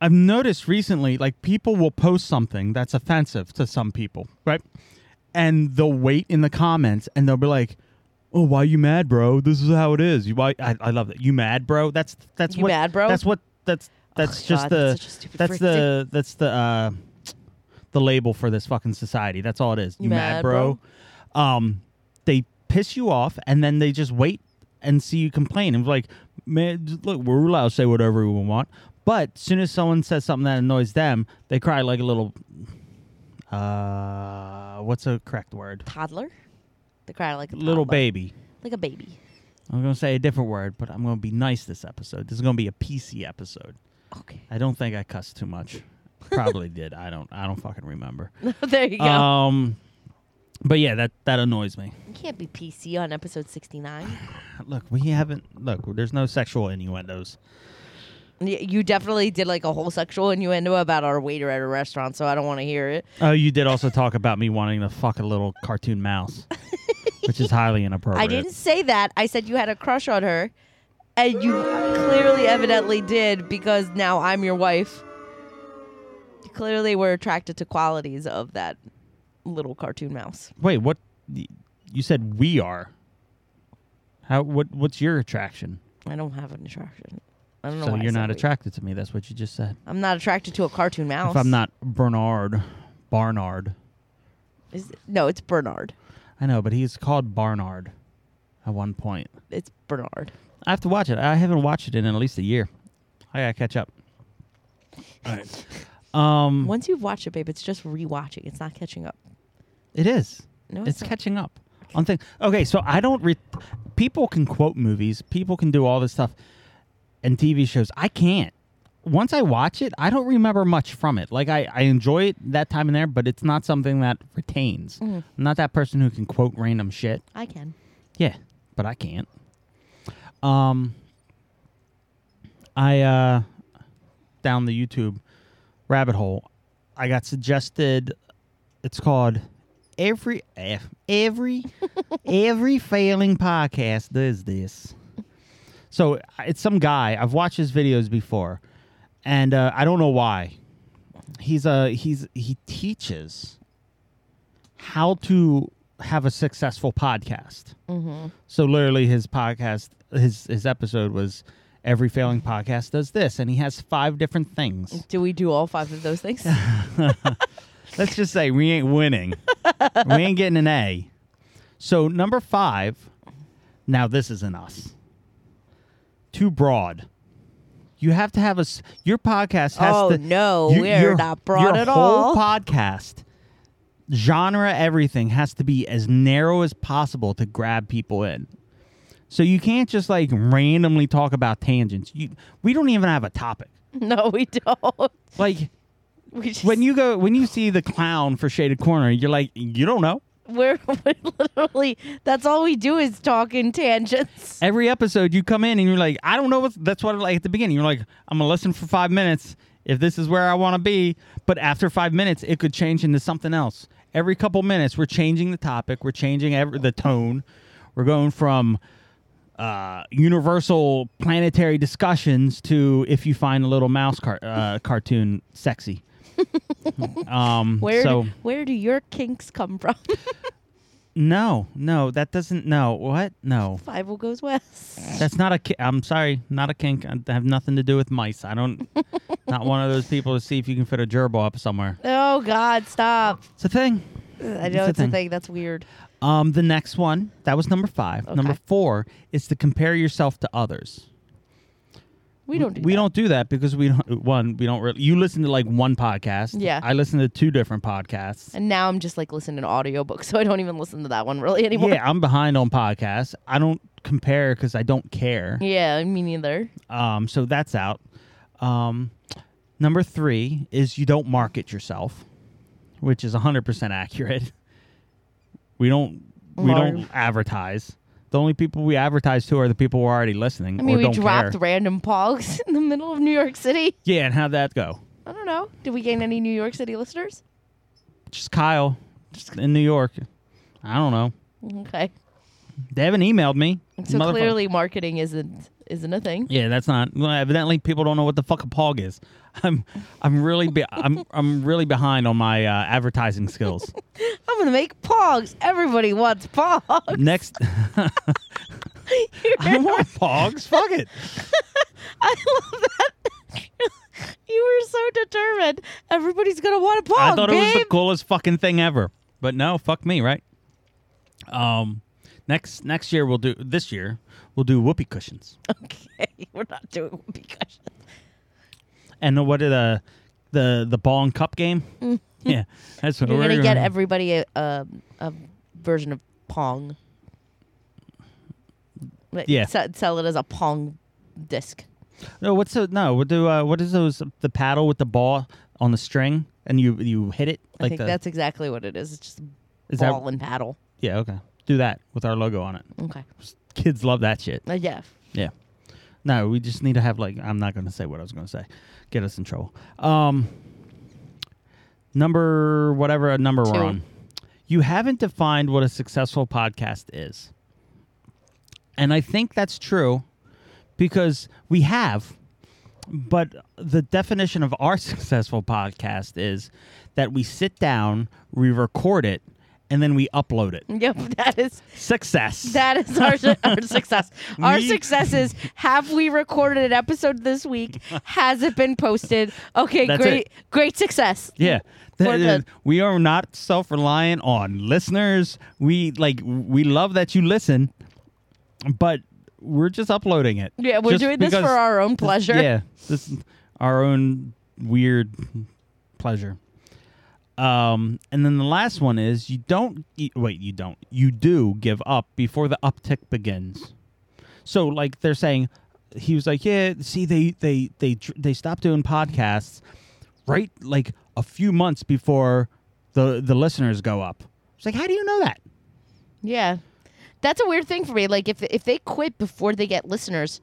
I've noticed recently, like people will post something that's offensive to some people, right? And they'll wait in the comments and they'll be like, "Oh, why you mad, bro? This is how it is. You why? I, I love that. You mad, bro? That's that's
You
what
mad, bro? Oh
That's what that's that's
God,
just the
that's such a stupid
that's the that's the uh the label for this fucking society. That's all it is.
You
You mad,
mad,
bro? Um, they piss you off and then they just wait and see you complain and be like, man, just look, we're allowed to say whatever we want. But as soon as someone says something that annoys them, they cry like a little. Uh, what's a correct word?
Toddler? They cry like a
Little
toddler.
baby.
Like a baby.
I'm gonna say a different word, but I'm gonna be nice this episode. This is gonna be a PC episode.
Okay. <laughs>
I don't think I cussed too much. Probably did. I don't. I don't fucking remember.
there you go.
Um, but yeah, that that annoys me.
you can't be PC on episode 69.
Look, we haven't. Look, there's no sexual innuendos.
Y- You definitely did like a whole sexual innuendo about our waiter at a restaurant, so I don't want to hear it.
Oh, you did also talk about me wanting to fuck a little cartoon
<laughs>
mouse, which is highly inappropriate.
I didn't say that. I said you had a crush on her, and you clearly, evidently did because now I'm your wife. You clearly were attracted to qualities of that little cartoon mouse.
Wait, what? You said we are. How? What? What's your attraction?
I don't have an attraction. I don't know.
So
why I
you're
said
not
we- Oh,
attracted to me. That's what you just said.
I'm not attracted to a cartoon mouse.
If I'm not Bernard, Barnard.
Is- no, it's Bernard.
I know, but he's called Barnard at one point.
It's Bernard.
I have to watch it. I haven't watched it in at least a year. I gotta catch up. Um,
Once you've watched it, babe, it's just rewatching. It's not catching up.
it is.
No,
it's
it's not.
catching up on things. Okay, so I don't. Re- people can quote movies. People can do all this stuff, and TV shows. I can't. Once I watch it, I don't remember much from it. Like I, I enjoy it that time and there, but it's not something that retains. I'm not that person who can quote random shit.
I can.
Yeah, but I can't. Um, I uh, down the YouTube rabbit hole. I got suggested. It's called every F- every every failing podcast does this. So it's some guy. I've watched his videos before, and uh, I don't know why. He's a he's he teaches how to have a successful podcast. So literally, his podcast, his his episode was every failing podcast does this, and he has five different things.
Do we do all five of
<laughs>
those things? <laughs>
Let's just say we ain't winning. we ain't getting an A. So number five. Now this isn't us. Too broad. You have to have a s- your podcast has
Oh,
to.
no, we're
your-
not broad
your
at all.
whole Podcast genre, everything has to be as narrow as possible to grab people in. So you can't just like randomly talk about tangents. You, we don't even have a topic.
no, we don't.
Like
We just,
when you go when you see the clown for shaded corner you're like you don't know
we're, <laughs> we're literally that's all we do is talk in tangents.
every episode you come in and you're like i don't know what's that's what I like at the beginning you're like i'm gonna listen for five minutes if this is where i want to be but after five minutes it could change into something else every couple minutes we're changing the topic we're changing every, the tone we're going from uh, universal planetary discussions to if you find a little mouse car- uh, cartoon sexy um
Where
so
do, where do your kinks come from? <laughs>
no no that doesn't no what no
Five will goes west.
That's not a. Ki- I'm sorry, not a kink. I have nothing to do with mice. I
<laughs>
don't. not one of those people to see if you can fit a gerbil up somewhere.
Oh God, stop!
It's a thing.
I know it's a thing. That's weird.
Um, the next one that was number five. Number
Okay.
four is to compare yourself to others.
We don't. Do
we
that.
don't do that because we don't. One, we don't really. You listen to like one podcast.
Yeah.
I listen to two different podcasts.
And now I'm just like listening to audiobooks, <laughs> so I don't even listen to that one really anymore.
Yeah, I'm behind on podcasts. I don't compare because I don't care.
Yeah, me neither.
Um, so that's out. Um, number three is you don't market yourself, which is 100% accurate. We don't we
Mar-
don't advertise. The only people we advertise to are the people who are already listening
I mean,
or
we
don't
dropped
care.
random pogs <laughs> in the middle of New York City.
yeah, and how'd that go?
I don't know. Did we gain any New York City listeners?
Just Kyle, just in New York. I don't know.
Okay.
They haven't emailed me.
So
Motherfuck-
clearly, marketing isn't isn't a thing.
Yeah, that's not. Well, evidently, people don't know what the fuck a pog is. <laughs> I'm, I'm really, be, I'm, I'm really behind on my uh, advertising
<laughs>
skills.
I'm gonna make pogs. Everybody wants pogs. <laughs>
Next, <laughs> I want pogs. Fuck
<laughs>
it.
I love that. <laughs> you were so determined. Everybody's gonna want a pog,
I thought it was
Oh, babe. <laughs>
the coolest fucking thing ever. But no, fuck me, right? Um, next next year we'll do this year we'll do whoopee cushions.
okay, we're not doing <laughs> whoopee cushions.
And what did uh the the ball and cup game? <laughs> yeah, that's what
Mm. <laughs> You're
we're
gonna get everybody a, a, a version of Pong. Like,
Yeah.
se- sell it as a Pong disc.
No, what's the no? We'll do uh, what is those the paddle with the ball on the string and you you hit it
I
like
think
the
that's exactly what it is. It's just
Is that-
ball and paddle.
yeah okay do that with our logo on it.
Okay.
Kids love that shit.
Uh, yeah. <laughs>
Yeah. No, we just need to have like I'm not going to say what I was going to say. Get us in trouble. Um number whatever number
Two.
we're on. You haven't defined what a successful podcast is. And I think that's true because we have but the definition of our <laughs> successful podcast is that we sit down, we record it, and then we upload it.
Yep. That is
Success.
that is our su-
<laughs>
our success. Our
We-
success is have we recorded an episode this week? Has it been posted? Okay,
That's
great,
it.
great success.
Yeah.
We're
Th-
good.
we are not self-reliant on listeners. We like we love that you listen, but we're just uploading it.
Yeah, we're
Just
doing this for
because-
our own pleasure.
Yeah. This is our own weird pleasure. Um, and then the last one is you don't y- wait, you don't. You do give up before the uptick begins. So like they're saying he was like, "Yeah, see they they they tr- they stopped doing podcasts right like a few months before the the listeners go up." It's like, "How do you know that?"
Yeah. That's a weird thing for me. Like if if they quit before they get listeners,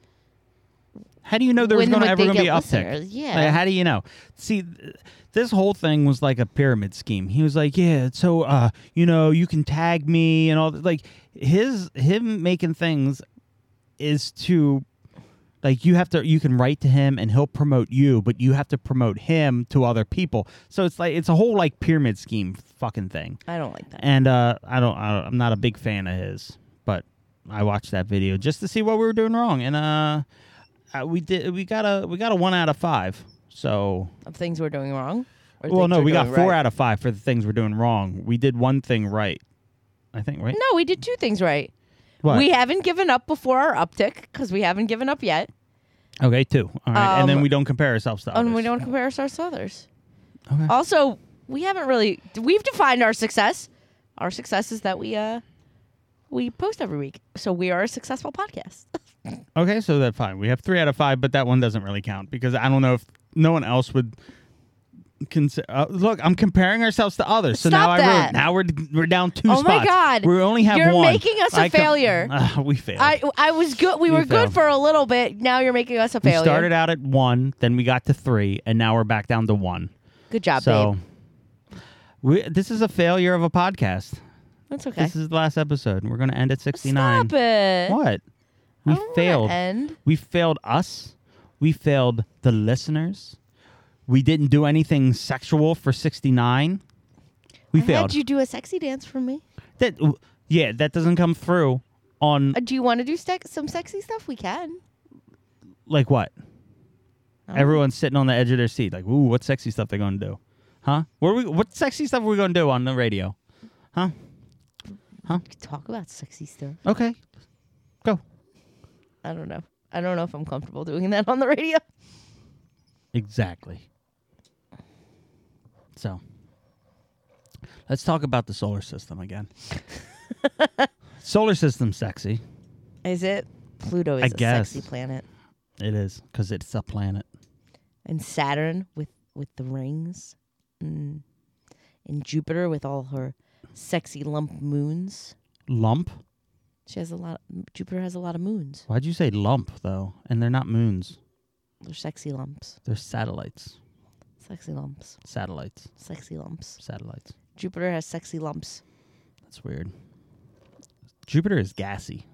How do you know there was
When
going to
would
ever
they
going to be
get
an
listeners?
uptick?
Yeah.
Like, how do you know? See, th- this whole thing was like a pyramid scheme. He was like, yeah, so uh, you know, you can tag me and all that. Like his him making things is to like you have to you can write to him and he'll promote you, but you have to promote him to other people. So it's like it's a whole like pyramid scheme fucking thing.
I don't like that.
And uh, I don't, I don't I'm not a big fan of his, but I watched that video just to see what we were doing wrong, and uh, I, we did we got a we got a one out of five. So
Of things we're doing wrong. Or
well,
things
no,
we're
we got
doing
four
right.
out of five for the things we're doing wrong. We did one thing right, I think. Right?
No, we did two things right.
What?
We haven't given up before our uptick because we haven't given up yet,
okay, two. All right, and then
Um,
we don't compare ourselves to others.
and we don't compare ourselves to others.
Okay.
Also, we haven't really we've defined our success. Our success is that we uh we post every week, so we are a successful
<laughs>
podcast.
Okay, so that's fine. We have three out of five, but that one doesn't really count because I don't know if no one else would. Consider, uh, look, I'm comparing ourselves to others, so
Stop
now I
that.
ruined. now we're we're down two
Oh
spots.
my God.
we only have
You're
one.
making us a
I com-
failure.
<laughs> Ah, we failed.
I I was good. We
You
were
failed.
good for a little bit. Now you're making us a
we
failure.
started out at one, then we got to three, and now we're back down to one.
good job,
so,
babe.
we, this is a failure of a podcast.
That's okay.
This is the last episode, and we're going to end at 69.
Stop it.
What?
I
We
don't wanna
failed.
End.
We failed us. We failed the listeners. We didn't do anything sexual for 69. We
I
failed.
Had you do a sexy dance for me?
that, yeah, that doesn't come through on
Uh, do you want to do stec- some sexy stuff? We can.
like what?
I don't
Everyone's sitting on the edge of their seat like, "Ooh, what sexy stuff they going to do?" Huh? What are we what sexy stuff are we going to do on the radio? Huh?
know. Talk about sexy stuff.
Okay. Go.
I don't know. I don't know if I'm comfortable doing that on the radio.
Exactly. So, let's talk about the solar system
<laughs>
again. solar system sexy.
Is it? Pluto is
I
a sexy
guess.
planet,
It is because it's a planet.
and Saturn with with the rings, and, and Jupiter with all her sexy lump moons.
Lump?
She has a lot. Jupiter has a lot of moons.
Why'd you say lump though? And they're not moons.
They're sexy lumps.
They're satellites.
Sexy lumps.
Satellites.
Sexy lumps.
Satellites.
Jupiter has sexy lumps. <laughs>
That's weird. Jupiter is gassy.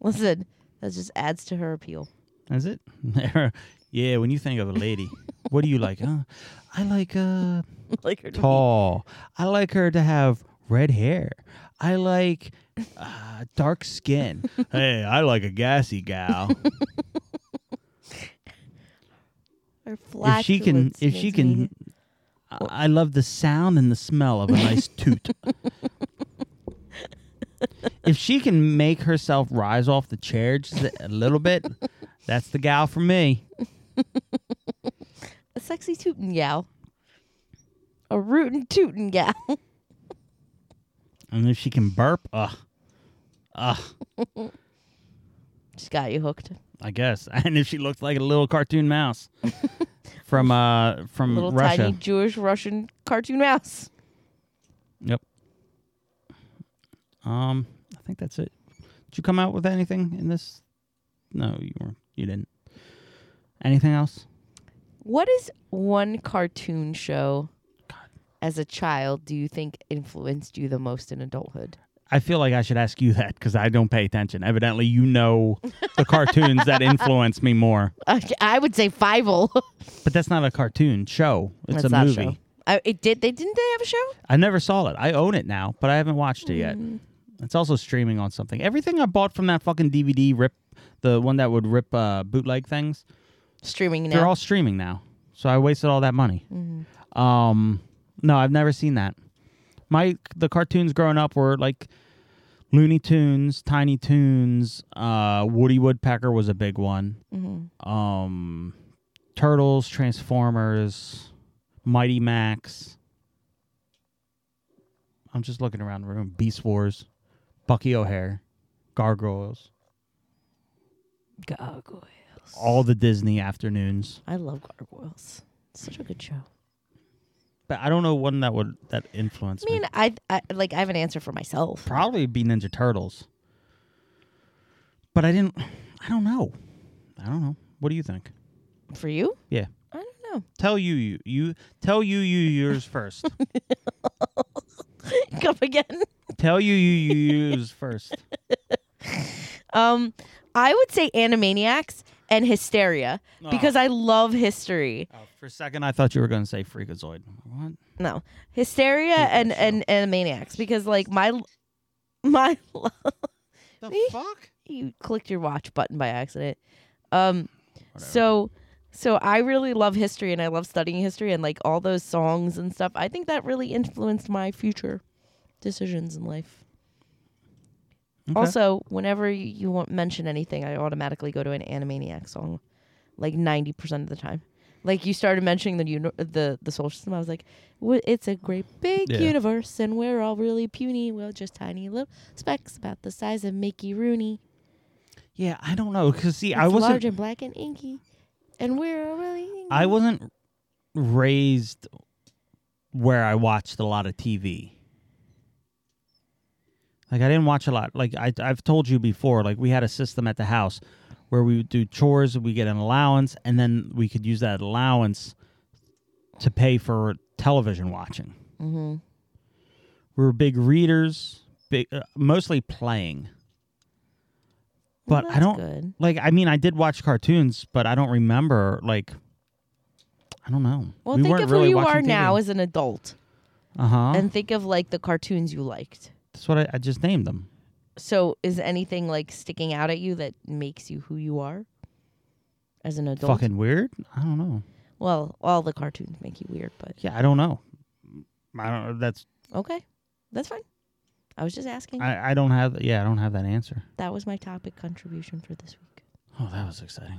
Listen, that just adds to her appeal.
Is it? <laughs> yeah. When you think of a lady, what do you like? Huh? I like uh
like her to be-
tall. I like her to have red hair. I like uh, dark skin. hey, I like a gassy gal.
Her
if she can,
flatulence
if she
makes
can,
me-
I I love the sound and the smell of a
<laughs>
nice toot. if she can make herself rise off the chair just a little bit, that's the gal for me.
a sexy tootin' gal, a rootin' tootin' gal. <laughs>
And if she can burp, ugh, ugh,
She's got you hooked.
I guess. <laughs> And if she looked like a little cartoon
<laughs>
mouse from uh from
Little
Russia.
tiny Jewish Russian cartoon mouse.
Yep. Um, I think that's it. Did you come out with anything in this? No, you weren't. You didn't. Anything else?
What is one cartoon show
God.
as a child do you think influenced you the most in adulthood?
I feel like I should ask you that because I don't pay attention. Evidently, you know the cartoons
<laughs>
that influence me more.
I, I would say Fievel. <laughs>
But that's not a cartoon show. It's
That's
a
not
movie.
show. I, it did they didn't they have a show?
I never saw it. I own it now, but I haven't watched it yet.
Mm-hmm.
It's also streaming on something. Everything I bought from that fucking DVD rip, the one that would rip uh, bootleg things,
Streaming now. Mm-hmm.
They're all streaming now. So I wasted all that money. Um, no, I've never seen that. My the cartoons growing up were like Looney Tunes, Tiny
Mm-hmm.
Toons, uh, Woody Woodpecker was a big one. Um, Turtles, Transformers, Mighty Max. I'm just looking around the room. Beast Wars, Bucky O'Hare, Gargoyles,
Gargoyles.
all the Disney afternoons.
I love Gargoyles. Such a good show.
But I don't know one that would that influenced
I mean,
me.
I, I like I have an answer for myself.
Probably be Ninja Turtles. But I didn't. I don't know. I don't know. What do you think?
For you? <laughs>
Yeah.
I don't know.
Tell you you you tell you you yours first. <laughs>
Come again.
tell you you you yours first.
Um, I would say Animaniacs and Hysteria because I love history.
Oh, for a second, I thought you were going to say Freakazoid. What?
No, Hysteria and and Animaniacs because like my my <laughs> love.
The
Me?
fuck?
you clicked your watch button by accident. Um, so so I really love history and I love studying history and like all those songs and stuff. I think that really influenced my future decisions in life. Also, whenever you, you won't mention anything, I automatically go to an Animaniac song, like ninety percent of the time. Like you started mentioning the uni- the the solar system, I was like, "Wha- "It's a great big
Yeah.
universe, and we're all really puny. We're just tiny little specks about the size of Mickey Rooney.
yeah, I don't know because see,
It's
I wasn't,
large and black and inky, and we're all really."
I wasn't raised where I watched a lot of TV. Like I didn't watch a lot. Like I, I've told you before, like we had a system at the house where we would do chores, we get an allowance, and then we could use that allowance to pay for television watching.
Mm-hmm.
We were big readers, big, uh, mostly playing. But I don't
Good.
like. I mean, I did watch cartoons, but I don't remember like. I don't know.
Well,
we
think
weren't
of
really
who you
watching
are
TV.
now as an adult,
Uh huh.
and think of like the cartoons you liked.
That's what I, I just named them.
So, is anything like sticking out at you that makes you who you are as an adult?
Fucking weird. I don't know.
Well, all the cartoons make you weird, but
Yeah, I don't know. I don't. That's
okay, that's fine. I was just asking.
I. I don't have. Yeah, I don't have that answer.
that was my topic contribution for this week.
Oh, that was exciting.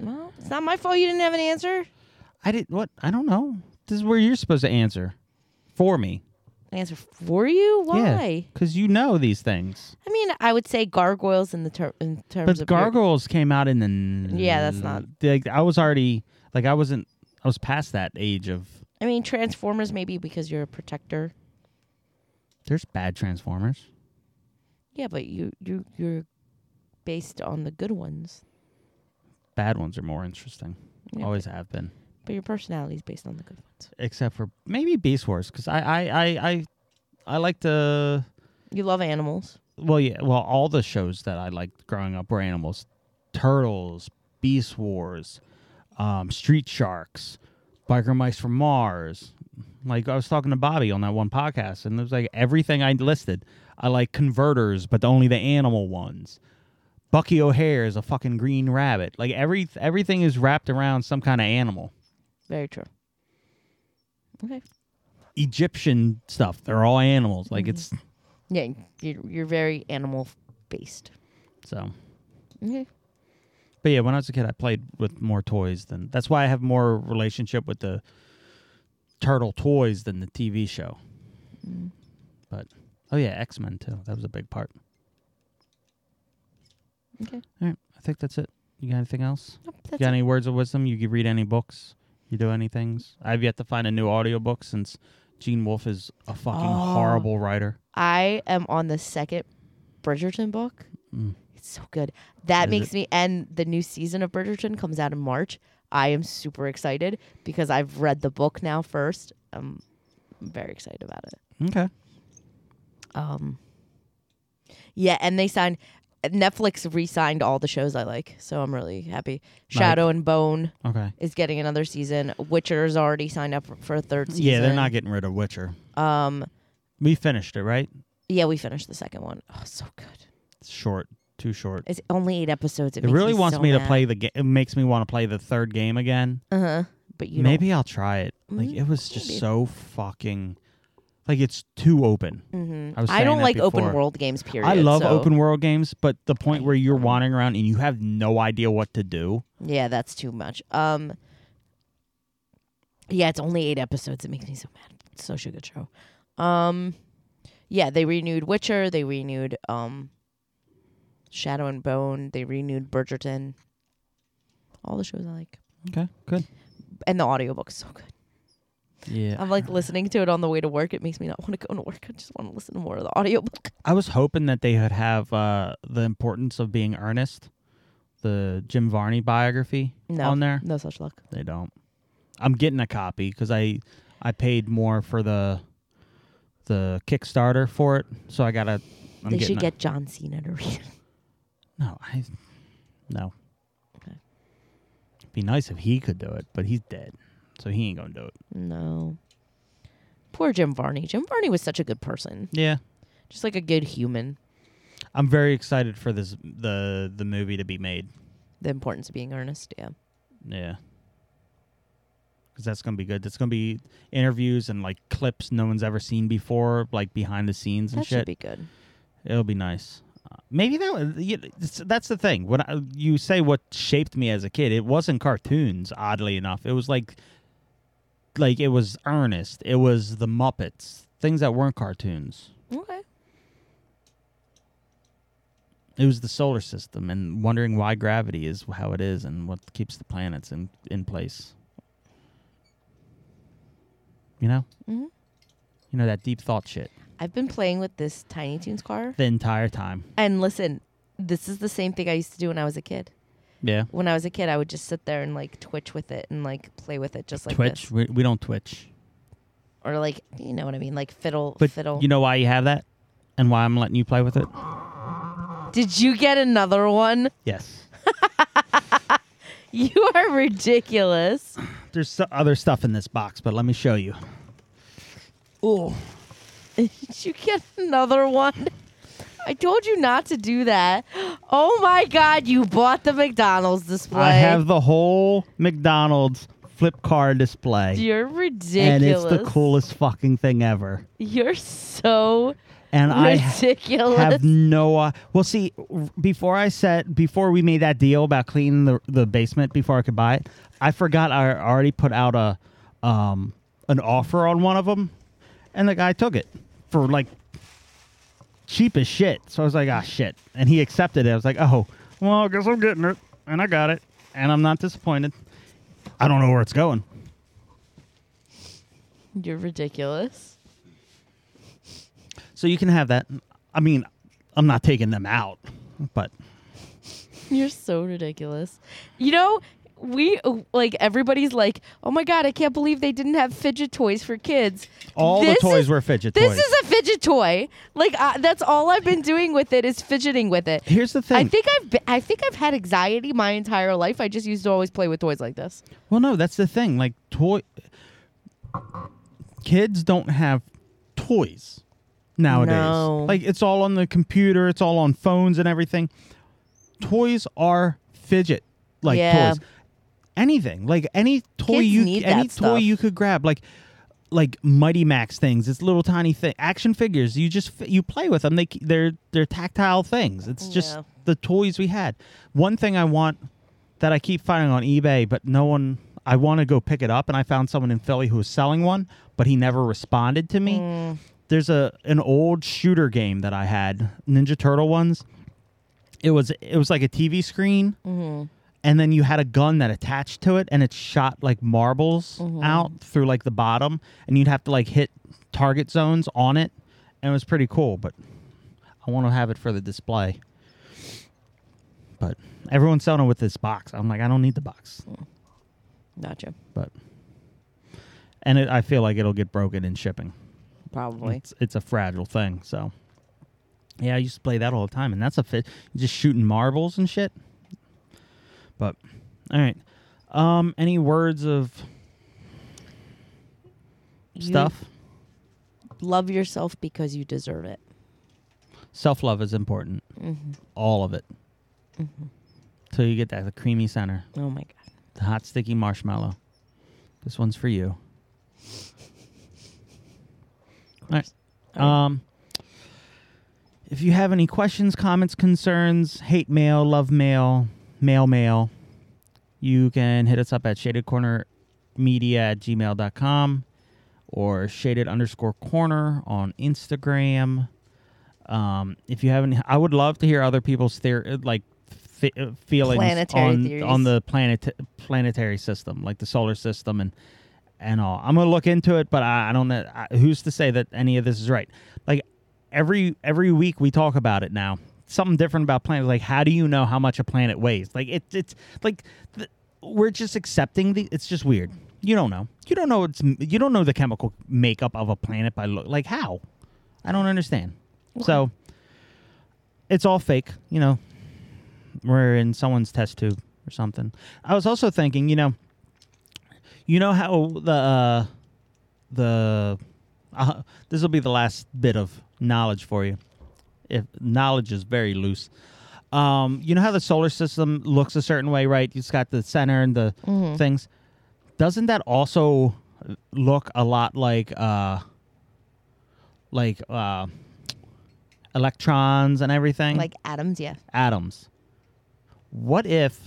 Well, it's not my fault you didn't have an answer.
I did what? I don't know. This is where you're supposed to answer for me.
An answer for you? Why?
Because you know these things.
I mean, I would say gargoyles in the ter- in terms
But
of
gargoyles came out in the. n-
Yeah, that's not-
Like I was already like I wasn't. I was past that age of.
I mean, Transformers maybe because you're a protector.
There's bad Transformers.
Yeah, but you you you're based on the good ones,
Bad ones are more interesting.
Yeah,
Always have been.
but your personality is based on the good ones.
except for maybe Beast Wars because I, I I I I like the
You love animals.
well yeah well all the shows that I liked growing up were animals, Turtles, Beast Wars, um, Street Sharks, Biker Mice from Mars. Like I was talking to Bobby on that one podcast, and it was like everything I listed. I like converters, but only the animal ones. Bucky O'Hare is a fucking green rabbit. Like every everything is wrapped around some kind of animal.
Very true. Okay.
Egyptian stuff. They're all animals. Like it's
Yeah, you're you're very animal f- based.
So,
Okay.
but yeah, when I was a kid, I played with more toys than. That's why I have more relationship with the turtle toys than the TV show.
Mm.
But oh yeah, X Men too. That was a big part.
Okay.
All right, I think that's it. You got anything else?
Nope,
You
that's
got
it.
any words of wisdom? You could read any books. You do any things? I've yet to find a new audiobook since Gene Wolfe is a fucking
Oh.
horrible writer.
I am on the second Bridgerton book.
Mm.
It's so good. That
Is
makes me and the new season of Bridgerton comes out in March. I am super excited because I've read the book now first. Um, I'm very excited about it.
Okay.
Um Yeah, and they signed Netflix re-signed all the shows I like, so I'm really happy. Shadow and Bone
Okay.
is getting another season. Witcher's already signed up for- for a third season.
Yeah, they're not getting rid of Witcher.
Um
We finished it, right?
yeah, we finished the second one. Oh, so good.
It's short. Too short.
It's only 8 episodes. It,
It
makes
really wants
so
me to
mad.
play the game. It makes me want to play the third game again.
Uh-huh. But you
Maybe I'll try it. Like
Mm,
it was just
maybe.
so fucking like it's too open.
hmm
I was
I
saying
don't
that
like
before.
open world games. Period.
I love
so-
open world games, but the point where you're wandering around and you have no idea what to do.
Yeah, that's too much. Um, Yeah, it's only eight episodes. It makes me so mad. It's such a good show. Um, yeah, they renewed Witcher. They renewed um, Shadow and Bone. They renewed Bridgerton. All the shows I like,
Okay, good.
and the audiobook's so good.
Yeah,
I'm like listening to it on the way to work. It makes me not want to go to work. I just want to listen to more of the audiobook.
I was hoping that they would have uh, the importance of being earnest, the Jim Varney biography
No,
on there.
no such luck.
They don't. I'm getting a copy because I I paid more for the the Kickstarter for it, so I gotta. I'm
they
getting
should
a-
get John Cena to read.
no. I no.
Okay.
It'd be nice if he could do it, but he's dead, so he ain't gonna do it.
No. Poor Jim Varney. Jim Varney was such a good person,
Yeah,
just like a good human.
I'm very excited for this the the movie to be made.
The importance of being earnest. Yeah.
Yeah. Because that's going to be good. That's going to be interviews and like clips no one's ever seen before, like behind the scenes and
That
shit.
should be good.
It'll be nice. Uh, Maybe that was, yeah, it's- that's the thing. When I, you say what shaped me as a kid, it wasn't cartoons. Oddly enough, it was like, like it was Ernest. It was the Muppets. Things that weren't cartoons.
Okay.
It was the solar system and wondering why gravity is how it is and what keeps the planets in, in place. You know?
Mhm.
You know, that deep thought shit
I've been playing with this Tiny Toons car.
the entire time.
And listen, this is the same thing I used to do when I was a kid.
Yeah.
When I was a kid, I would just sit there and like twitch with it and like play with it just like
twitch.
this.
We, we don't twitch.
Or like, you know what I mean? Like fiddle,
But
fiddle.
you know why you have that and why I'm letting you play with it?
Did you get another one?
Yes.
You are ridiculous. <laughs>
There's so- other stuff in this box, but let me show you. Oh.
Did you get another one? I told you not to do that. Oh my god, you bought the McDonald's display.
I have the whole McDonald's flip car display.
You're ridiculous.
and it's the coolest fucking thing ever.
You're so
And I ha-
ridiculous.
have no. Uh, well, see, r- before I said before we made that deal about cleaning the the basement before I could buy it, I forgot I already put out a um an offer on one of them, and the guy took it for like cheap as shit. So I was like, ah, shit, and he accepted it. I was like, oh, well, I guess I'm getting it, and I got it, and I'm not disappointed. I don't know where it's going.
You're ridiculous.
So you can have that. I mean, I'm not taking them out, but
You're so ridiculous. You know, we like everybody's like, "Oh my god, I can't believe they didn't have fidget toys for kids."
all
This
the toys
is-
were fidget
This
toys.
is a fidget toy. Like I that's all I've been doing with it is fidgeting with it.
Here's the thing.
I think I've been, I think I've had anxiety my entire life. I just used to always play with toys like this.
Well, no, that's the thing. Like toy kids don't have toys nowadays.
No.
Like it's all on the computer, it's all on phones and everything. Toys are fidget like
Yeah.
toys. Anything. Like any toy
Kids
you
need
any toy
that stuff.
you could grab like like Mighty Max things. It's little tiny thing action figures. You just fi- you play with them. They c- they're they're tactile things. It's just
Yeah.
the toys we had. One thing I want that I keep finding on eBay, but no one. I want to go pick it up, and I found someone in Philly who was selling one, but he never responded to me. There's a an old shooter game that I had, Ninja Turtle ones. It was it was like a TV screen, and then you had a gun that attached to it, and it shot like marbles out through like the bottom, and you'd have to like hit target zones on it, and it was pretty cool. But I want to have it for the display. But everyone's selling it with this box. I'm like, I don't need the box.
Gotcha.
But and it, I feel like it'll get broken in shipping.
Probably.
It's it's a fragile thing. So yeah, I used to play that all the time, and that's a fit. Just shooting marbles and shit. But all right, um, any words of stuff?
Love yourself because you deserve it.
Self love is important. All of it. Till you get that the creamy center.
Oh my god.
The hot sticky marshmallow. This one's for you. All right. Um, if you have any questions, comments, concerns, hate mail, love mail, mail mail, you can hit us up at shadedcorner media at gmail.com or shaded underscore corner on Instagram. Um, if you haven't, I would love to hear other people's theory, like fe- uh, feelings
Planetary
on
theories.
on the planet planetary system, like the solar system and and all. I'm gonna look into it, but I, I don't know I, who's to say that any of this is right. Like every every week we talk about it now. Something different about planets. Like how do you know how much a planet weighs? Like it's it's like th- we're just accepting the. It's just weird. You don't know. You don't know. It's you don't know the chemical makeup of a planet by look. Like how? I don't understand. So it's all fake, you know. We're in someone's test tube or something. I was also thinking, you know, you know how the uh, the uh, this will be the last bit of knowledge for you. If knowledge is very loose. Um, you know how the solar system looks a certain way, right? It's got the center and the things. Doesn't that also look a lot like uh like uh electrons and everything?
Like atoms, yeah.
atoms. What if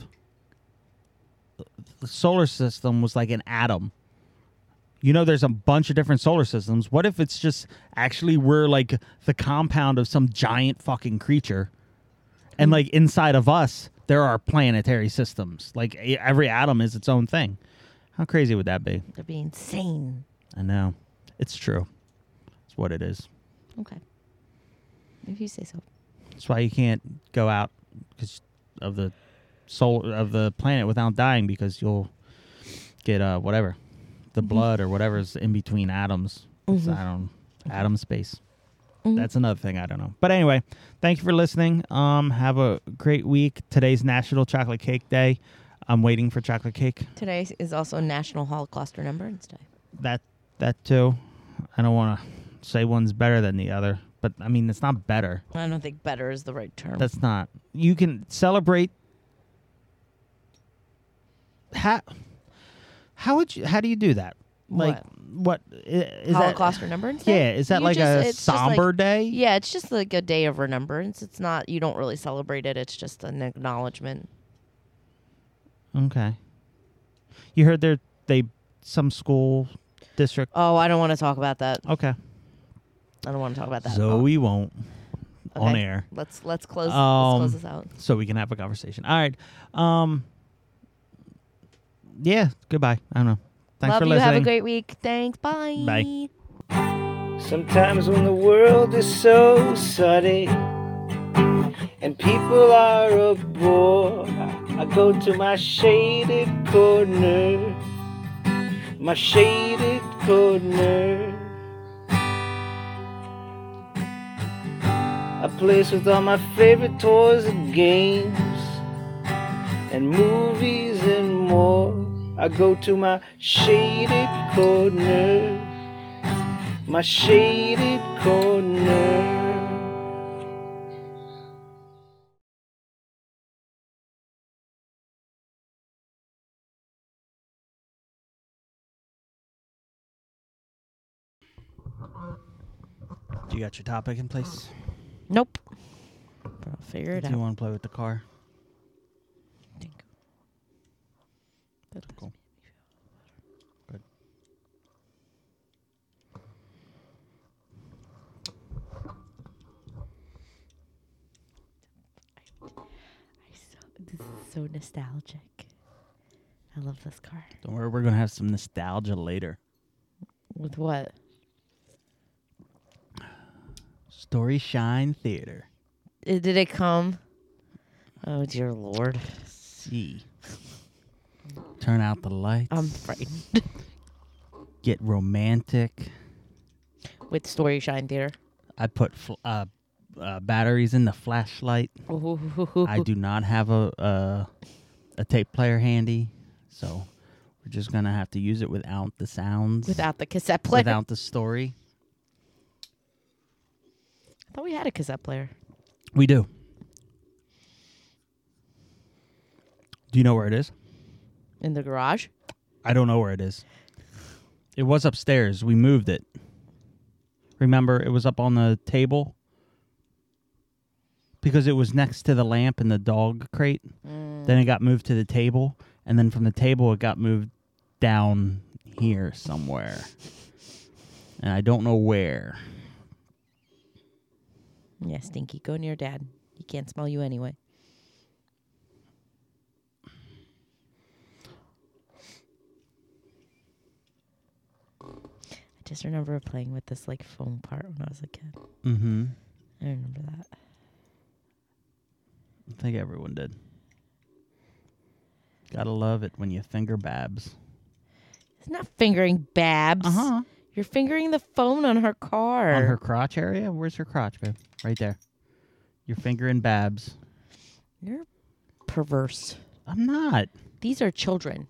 the solar system was like an atom? You know, there's a bunch of different solar systems. What if it's just actually we're like the compound of some giant fucking creature? And like inside of us, there are planetary systems. Like e- every atom is its own thing. How crazy would that be?
That'd be insane.
I know. It's true. It's what it is.
Okay. If you say so.
That's why you can't go out because of the soul of the planet without dying because you'll get uh whatever the blood or whatever's in between atoms. It's, I don't atom space. That's another thing I don't know. But anyway, thank you for listening. Um, have a great week. Today's National Chocolate Cake Day. I'm waiting for chocolate cake.
Today is also National Holocaust Remembrance Day.
That that too. I don't want to say one's better than the other, but I mean it's not better.
I don't think better is the right term.
That's not. You can celebrate. How? How would you? How do you do that? Like what i- is
Holocaust Remembrance
that?
Day?
Yeah, is that
You
like
just-
a
it's just like-
somber day?
Yeah, it's just like a day of remembrance. It's not you don't really celebrate it. It's just an acknowledgement.
Okay. You heard there they some school district.
Oh, I don't want to talk about that.
Okay,
I don't want to talk about that.
so we won't
Oh,
on
okay.
air,
Let's let's close
Um,
let's close this out.
so we can have a conversation. All right. Um. Yeah. Goodbye. I don't know. Thanks
Love
for
you.
listening.
Have a great week. Thanks. Bye.
Bye.
Sometimes when the world is so sunny and people are a bore, I go to my shaded corner, my shaded corner, a place with all my favorite toys and games and movies and more. I go to my shaded corner my shaded corner.
You got your topic in place.
Nope. But I'll figure it
Do
out.
you want to play with the car?
I think. That makes
Cool.
me feel
Good.
better. I so, this is so nostalgic. I love this car.
Don't worry, we're gonna have some nostalgia later.
With what?
Story Shine Theater.
Uh, Did it come? Oh dear lord.
See. Turn out the lights.
I'm frightened.
Get romantic.
With Story Shine Theater.
I put fl- uh, uh, batteries in the flashlight. I do not have a uh, a tape player handy, so we're just gonna have to use it without the sounds.
Without the cassette player.
without the story.
I thought we had a cassette player.
We do. Do you know where it is?
In the garage?
I don't know where it is. It was upstairs. We moved it. Remember, it was up on the table because it was next to the lamp and the dog crate. Then it got moved to the table, and then from the table it got moved down here somewhere, and I don't know where.
Yeah, Stinky, go near Dad. He can't smell you anyway. I just remember playing with this like foam part when I was a kid.
Mm-hmm.
I remember that.
I think everyone did. Gotta love it when you finger babs.
It's not fingering Babs. You're fingering the phone on her car.
Uh-huh. On her crotch area? Where's her crotch, babe? Right there. You're fingering babs.
You're perverse.
I'm not.
These are children.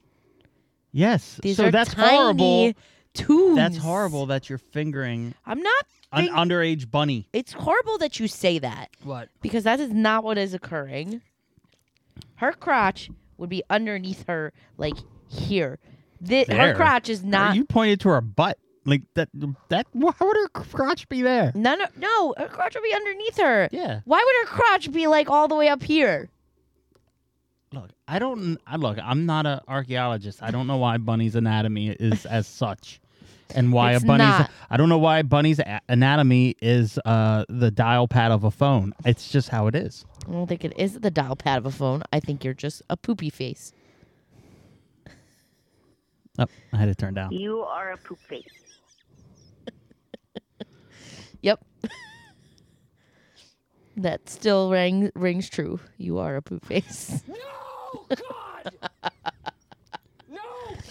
Yes.
These
so
are
that's
tiny
horrible.
Tunes.
That's horrible that you're fingering
I'm not.
an
fing-
underage bunny.
it's horrible that you say that.
What?
because that is not what is occurring. Her crotch would be underneath her, like here. Thi- her
There.
crotch is not.
you pointed to her butt. Like that that why would her crotch be there?
None. of- no, her crotch would be underneath her.
Yeah.
Why would her crotch be like all the way up here?
Look, I don't I look, I'm not an archaeologist. I don't know why bunny's anatomy is as such. And why
It's
a bunny's
not.
I don't know why a bunny's a- anatomy is uh the dial pad of a phone. It's just how it is.
I don't think it is the dial pad of a phone. I think you're just a poopy face.
Oh, I had it turned down.
You are a poop face.
Yep. <laughs> that still rang rings true. You are a poop face.
No, God! no,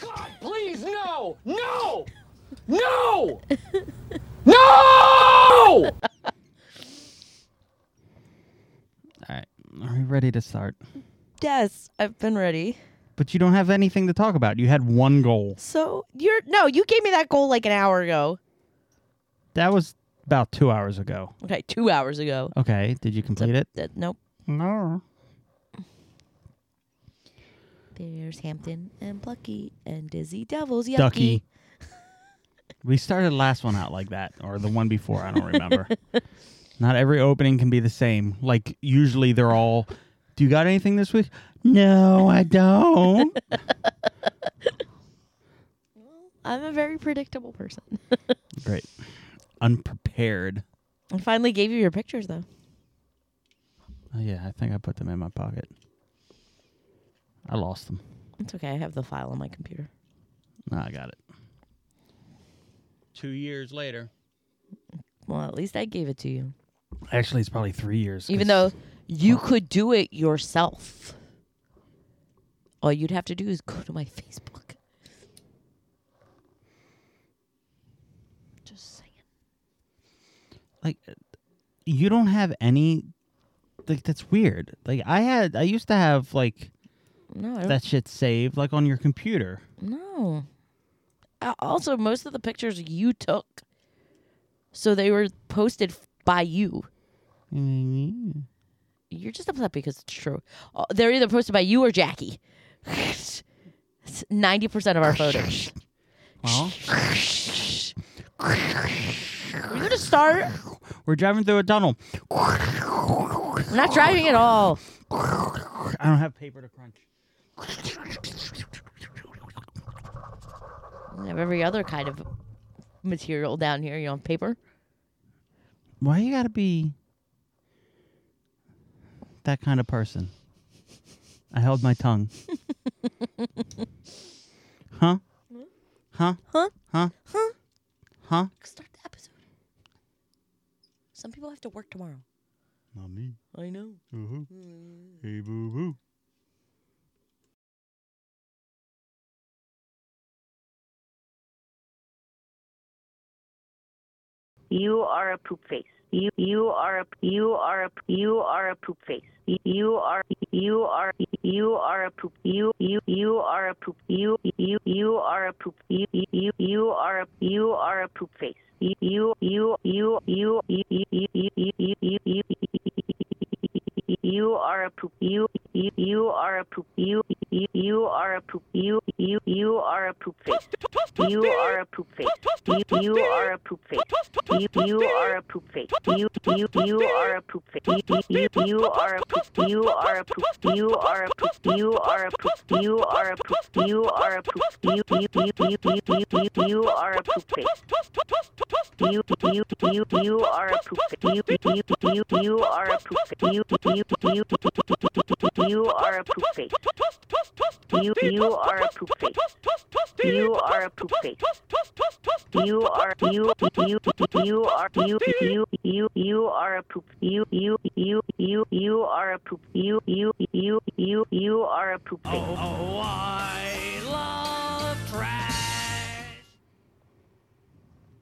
God, please, no! No! No! No!
All right. Are we ready to start?
<laughs> yes, I've been ready.
But you don't have anything to talk about. You had one goal.
So you're no, you gave me that goal like an hour ago.
That was about two hours ago.
Okay, two hours ago.
Okay. Did you complete it?
That- nope.
No.
There's Hampton and Plucky and Dizzy Devils. Yucky.
Ducky. <laughs> we started the last one out like that, or the one before. I don't <laughs> remember. Not every opening can be the same. Like, usually they're all, do you got anything this week? No, I don't.
I'm a very predictable person.
<laughs> Great. Unprepared.
I finally gave you your pictures though.
Oh, yeah, I think I put them in my pocket. I lost them.
It's okay. I have the file on my computer.
No, I got it. Two years later.
Well, at least I gave it to you.
Actually, it's probably three years.
Even
'cause-
though you could do it yourself. All you'd have to do is go to my Facebook. Just saying.
like, you don't have any. Like that's weird. Like I had, I used to have like
No, I don't
that shit saved, like on your computer.
No. Uh, Also, most of the pictures you took, so they were posted f- by you. You're just upset because it's true. Uh, They're either posted by you or Jackie. <laughs> Ninety percent of our photos.
Well,
We're gonna start.
we're driving through a tunnel.
We're not driving at all.
I don't have paper to crunch.
We have every other kind of material down here. You know, paper.
Why you gotta be that kind of person? I held my tongue.
<laughs>
huh? Huh?
Huh?
Huh?
Huh?
Huh?
Start the episode. Some people have to work tomorrow.
Not me.
I know.
Boo-hoo. Mm-hmm. Hey, boo boo.
You are a poop face. You you are a you are a you are a poop face. You- You are you are you are a poop. You you you are a poop. You you you are a poop. You you- you you are a you are a poop face. You you you you you you you you you you you you you are a poop. You you you are a poop. You
you, you are a poop. You, you, you are a poop face. You are a poop face. You, you are a poop face. You, you are a poop face. You, you, you are a poop face. You, you, you are a poop. You are a poop. You are a poop. You are a poop. You are a poop. You are a poop. You, you, you, you, you, you, you, you are a poop face. You, you, you, you are a poop face. You, you, you, you are a poop face. You, you, you, you, you are a poop face. You, you are a poop face. You are a poop face. You are you you you are you you you you are a poop. You you you you you are a poop. You you you you you are a poop face.
Oh, I love trash.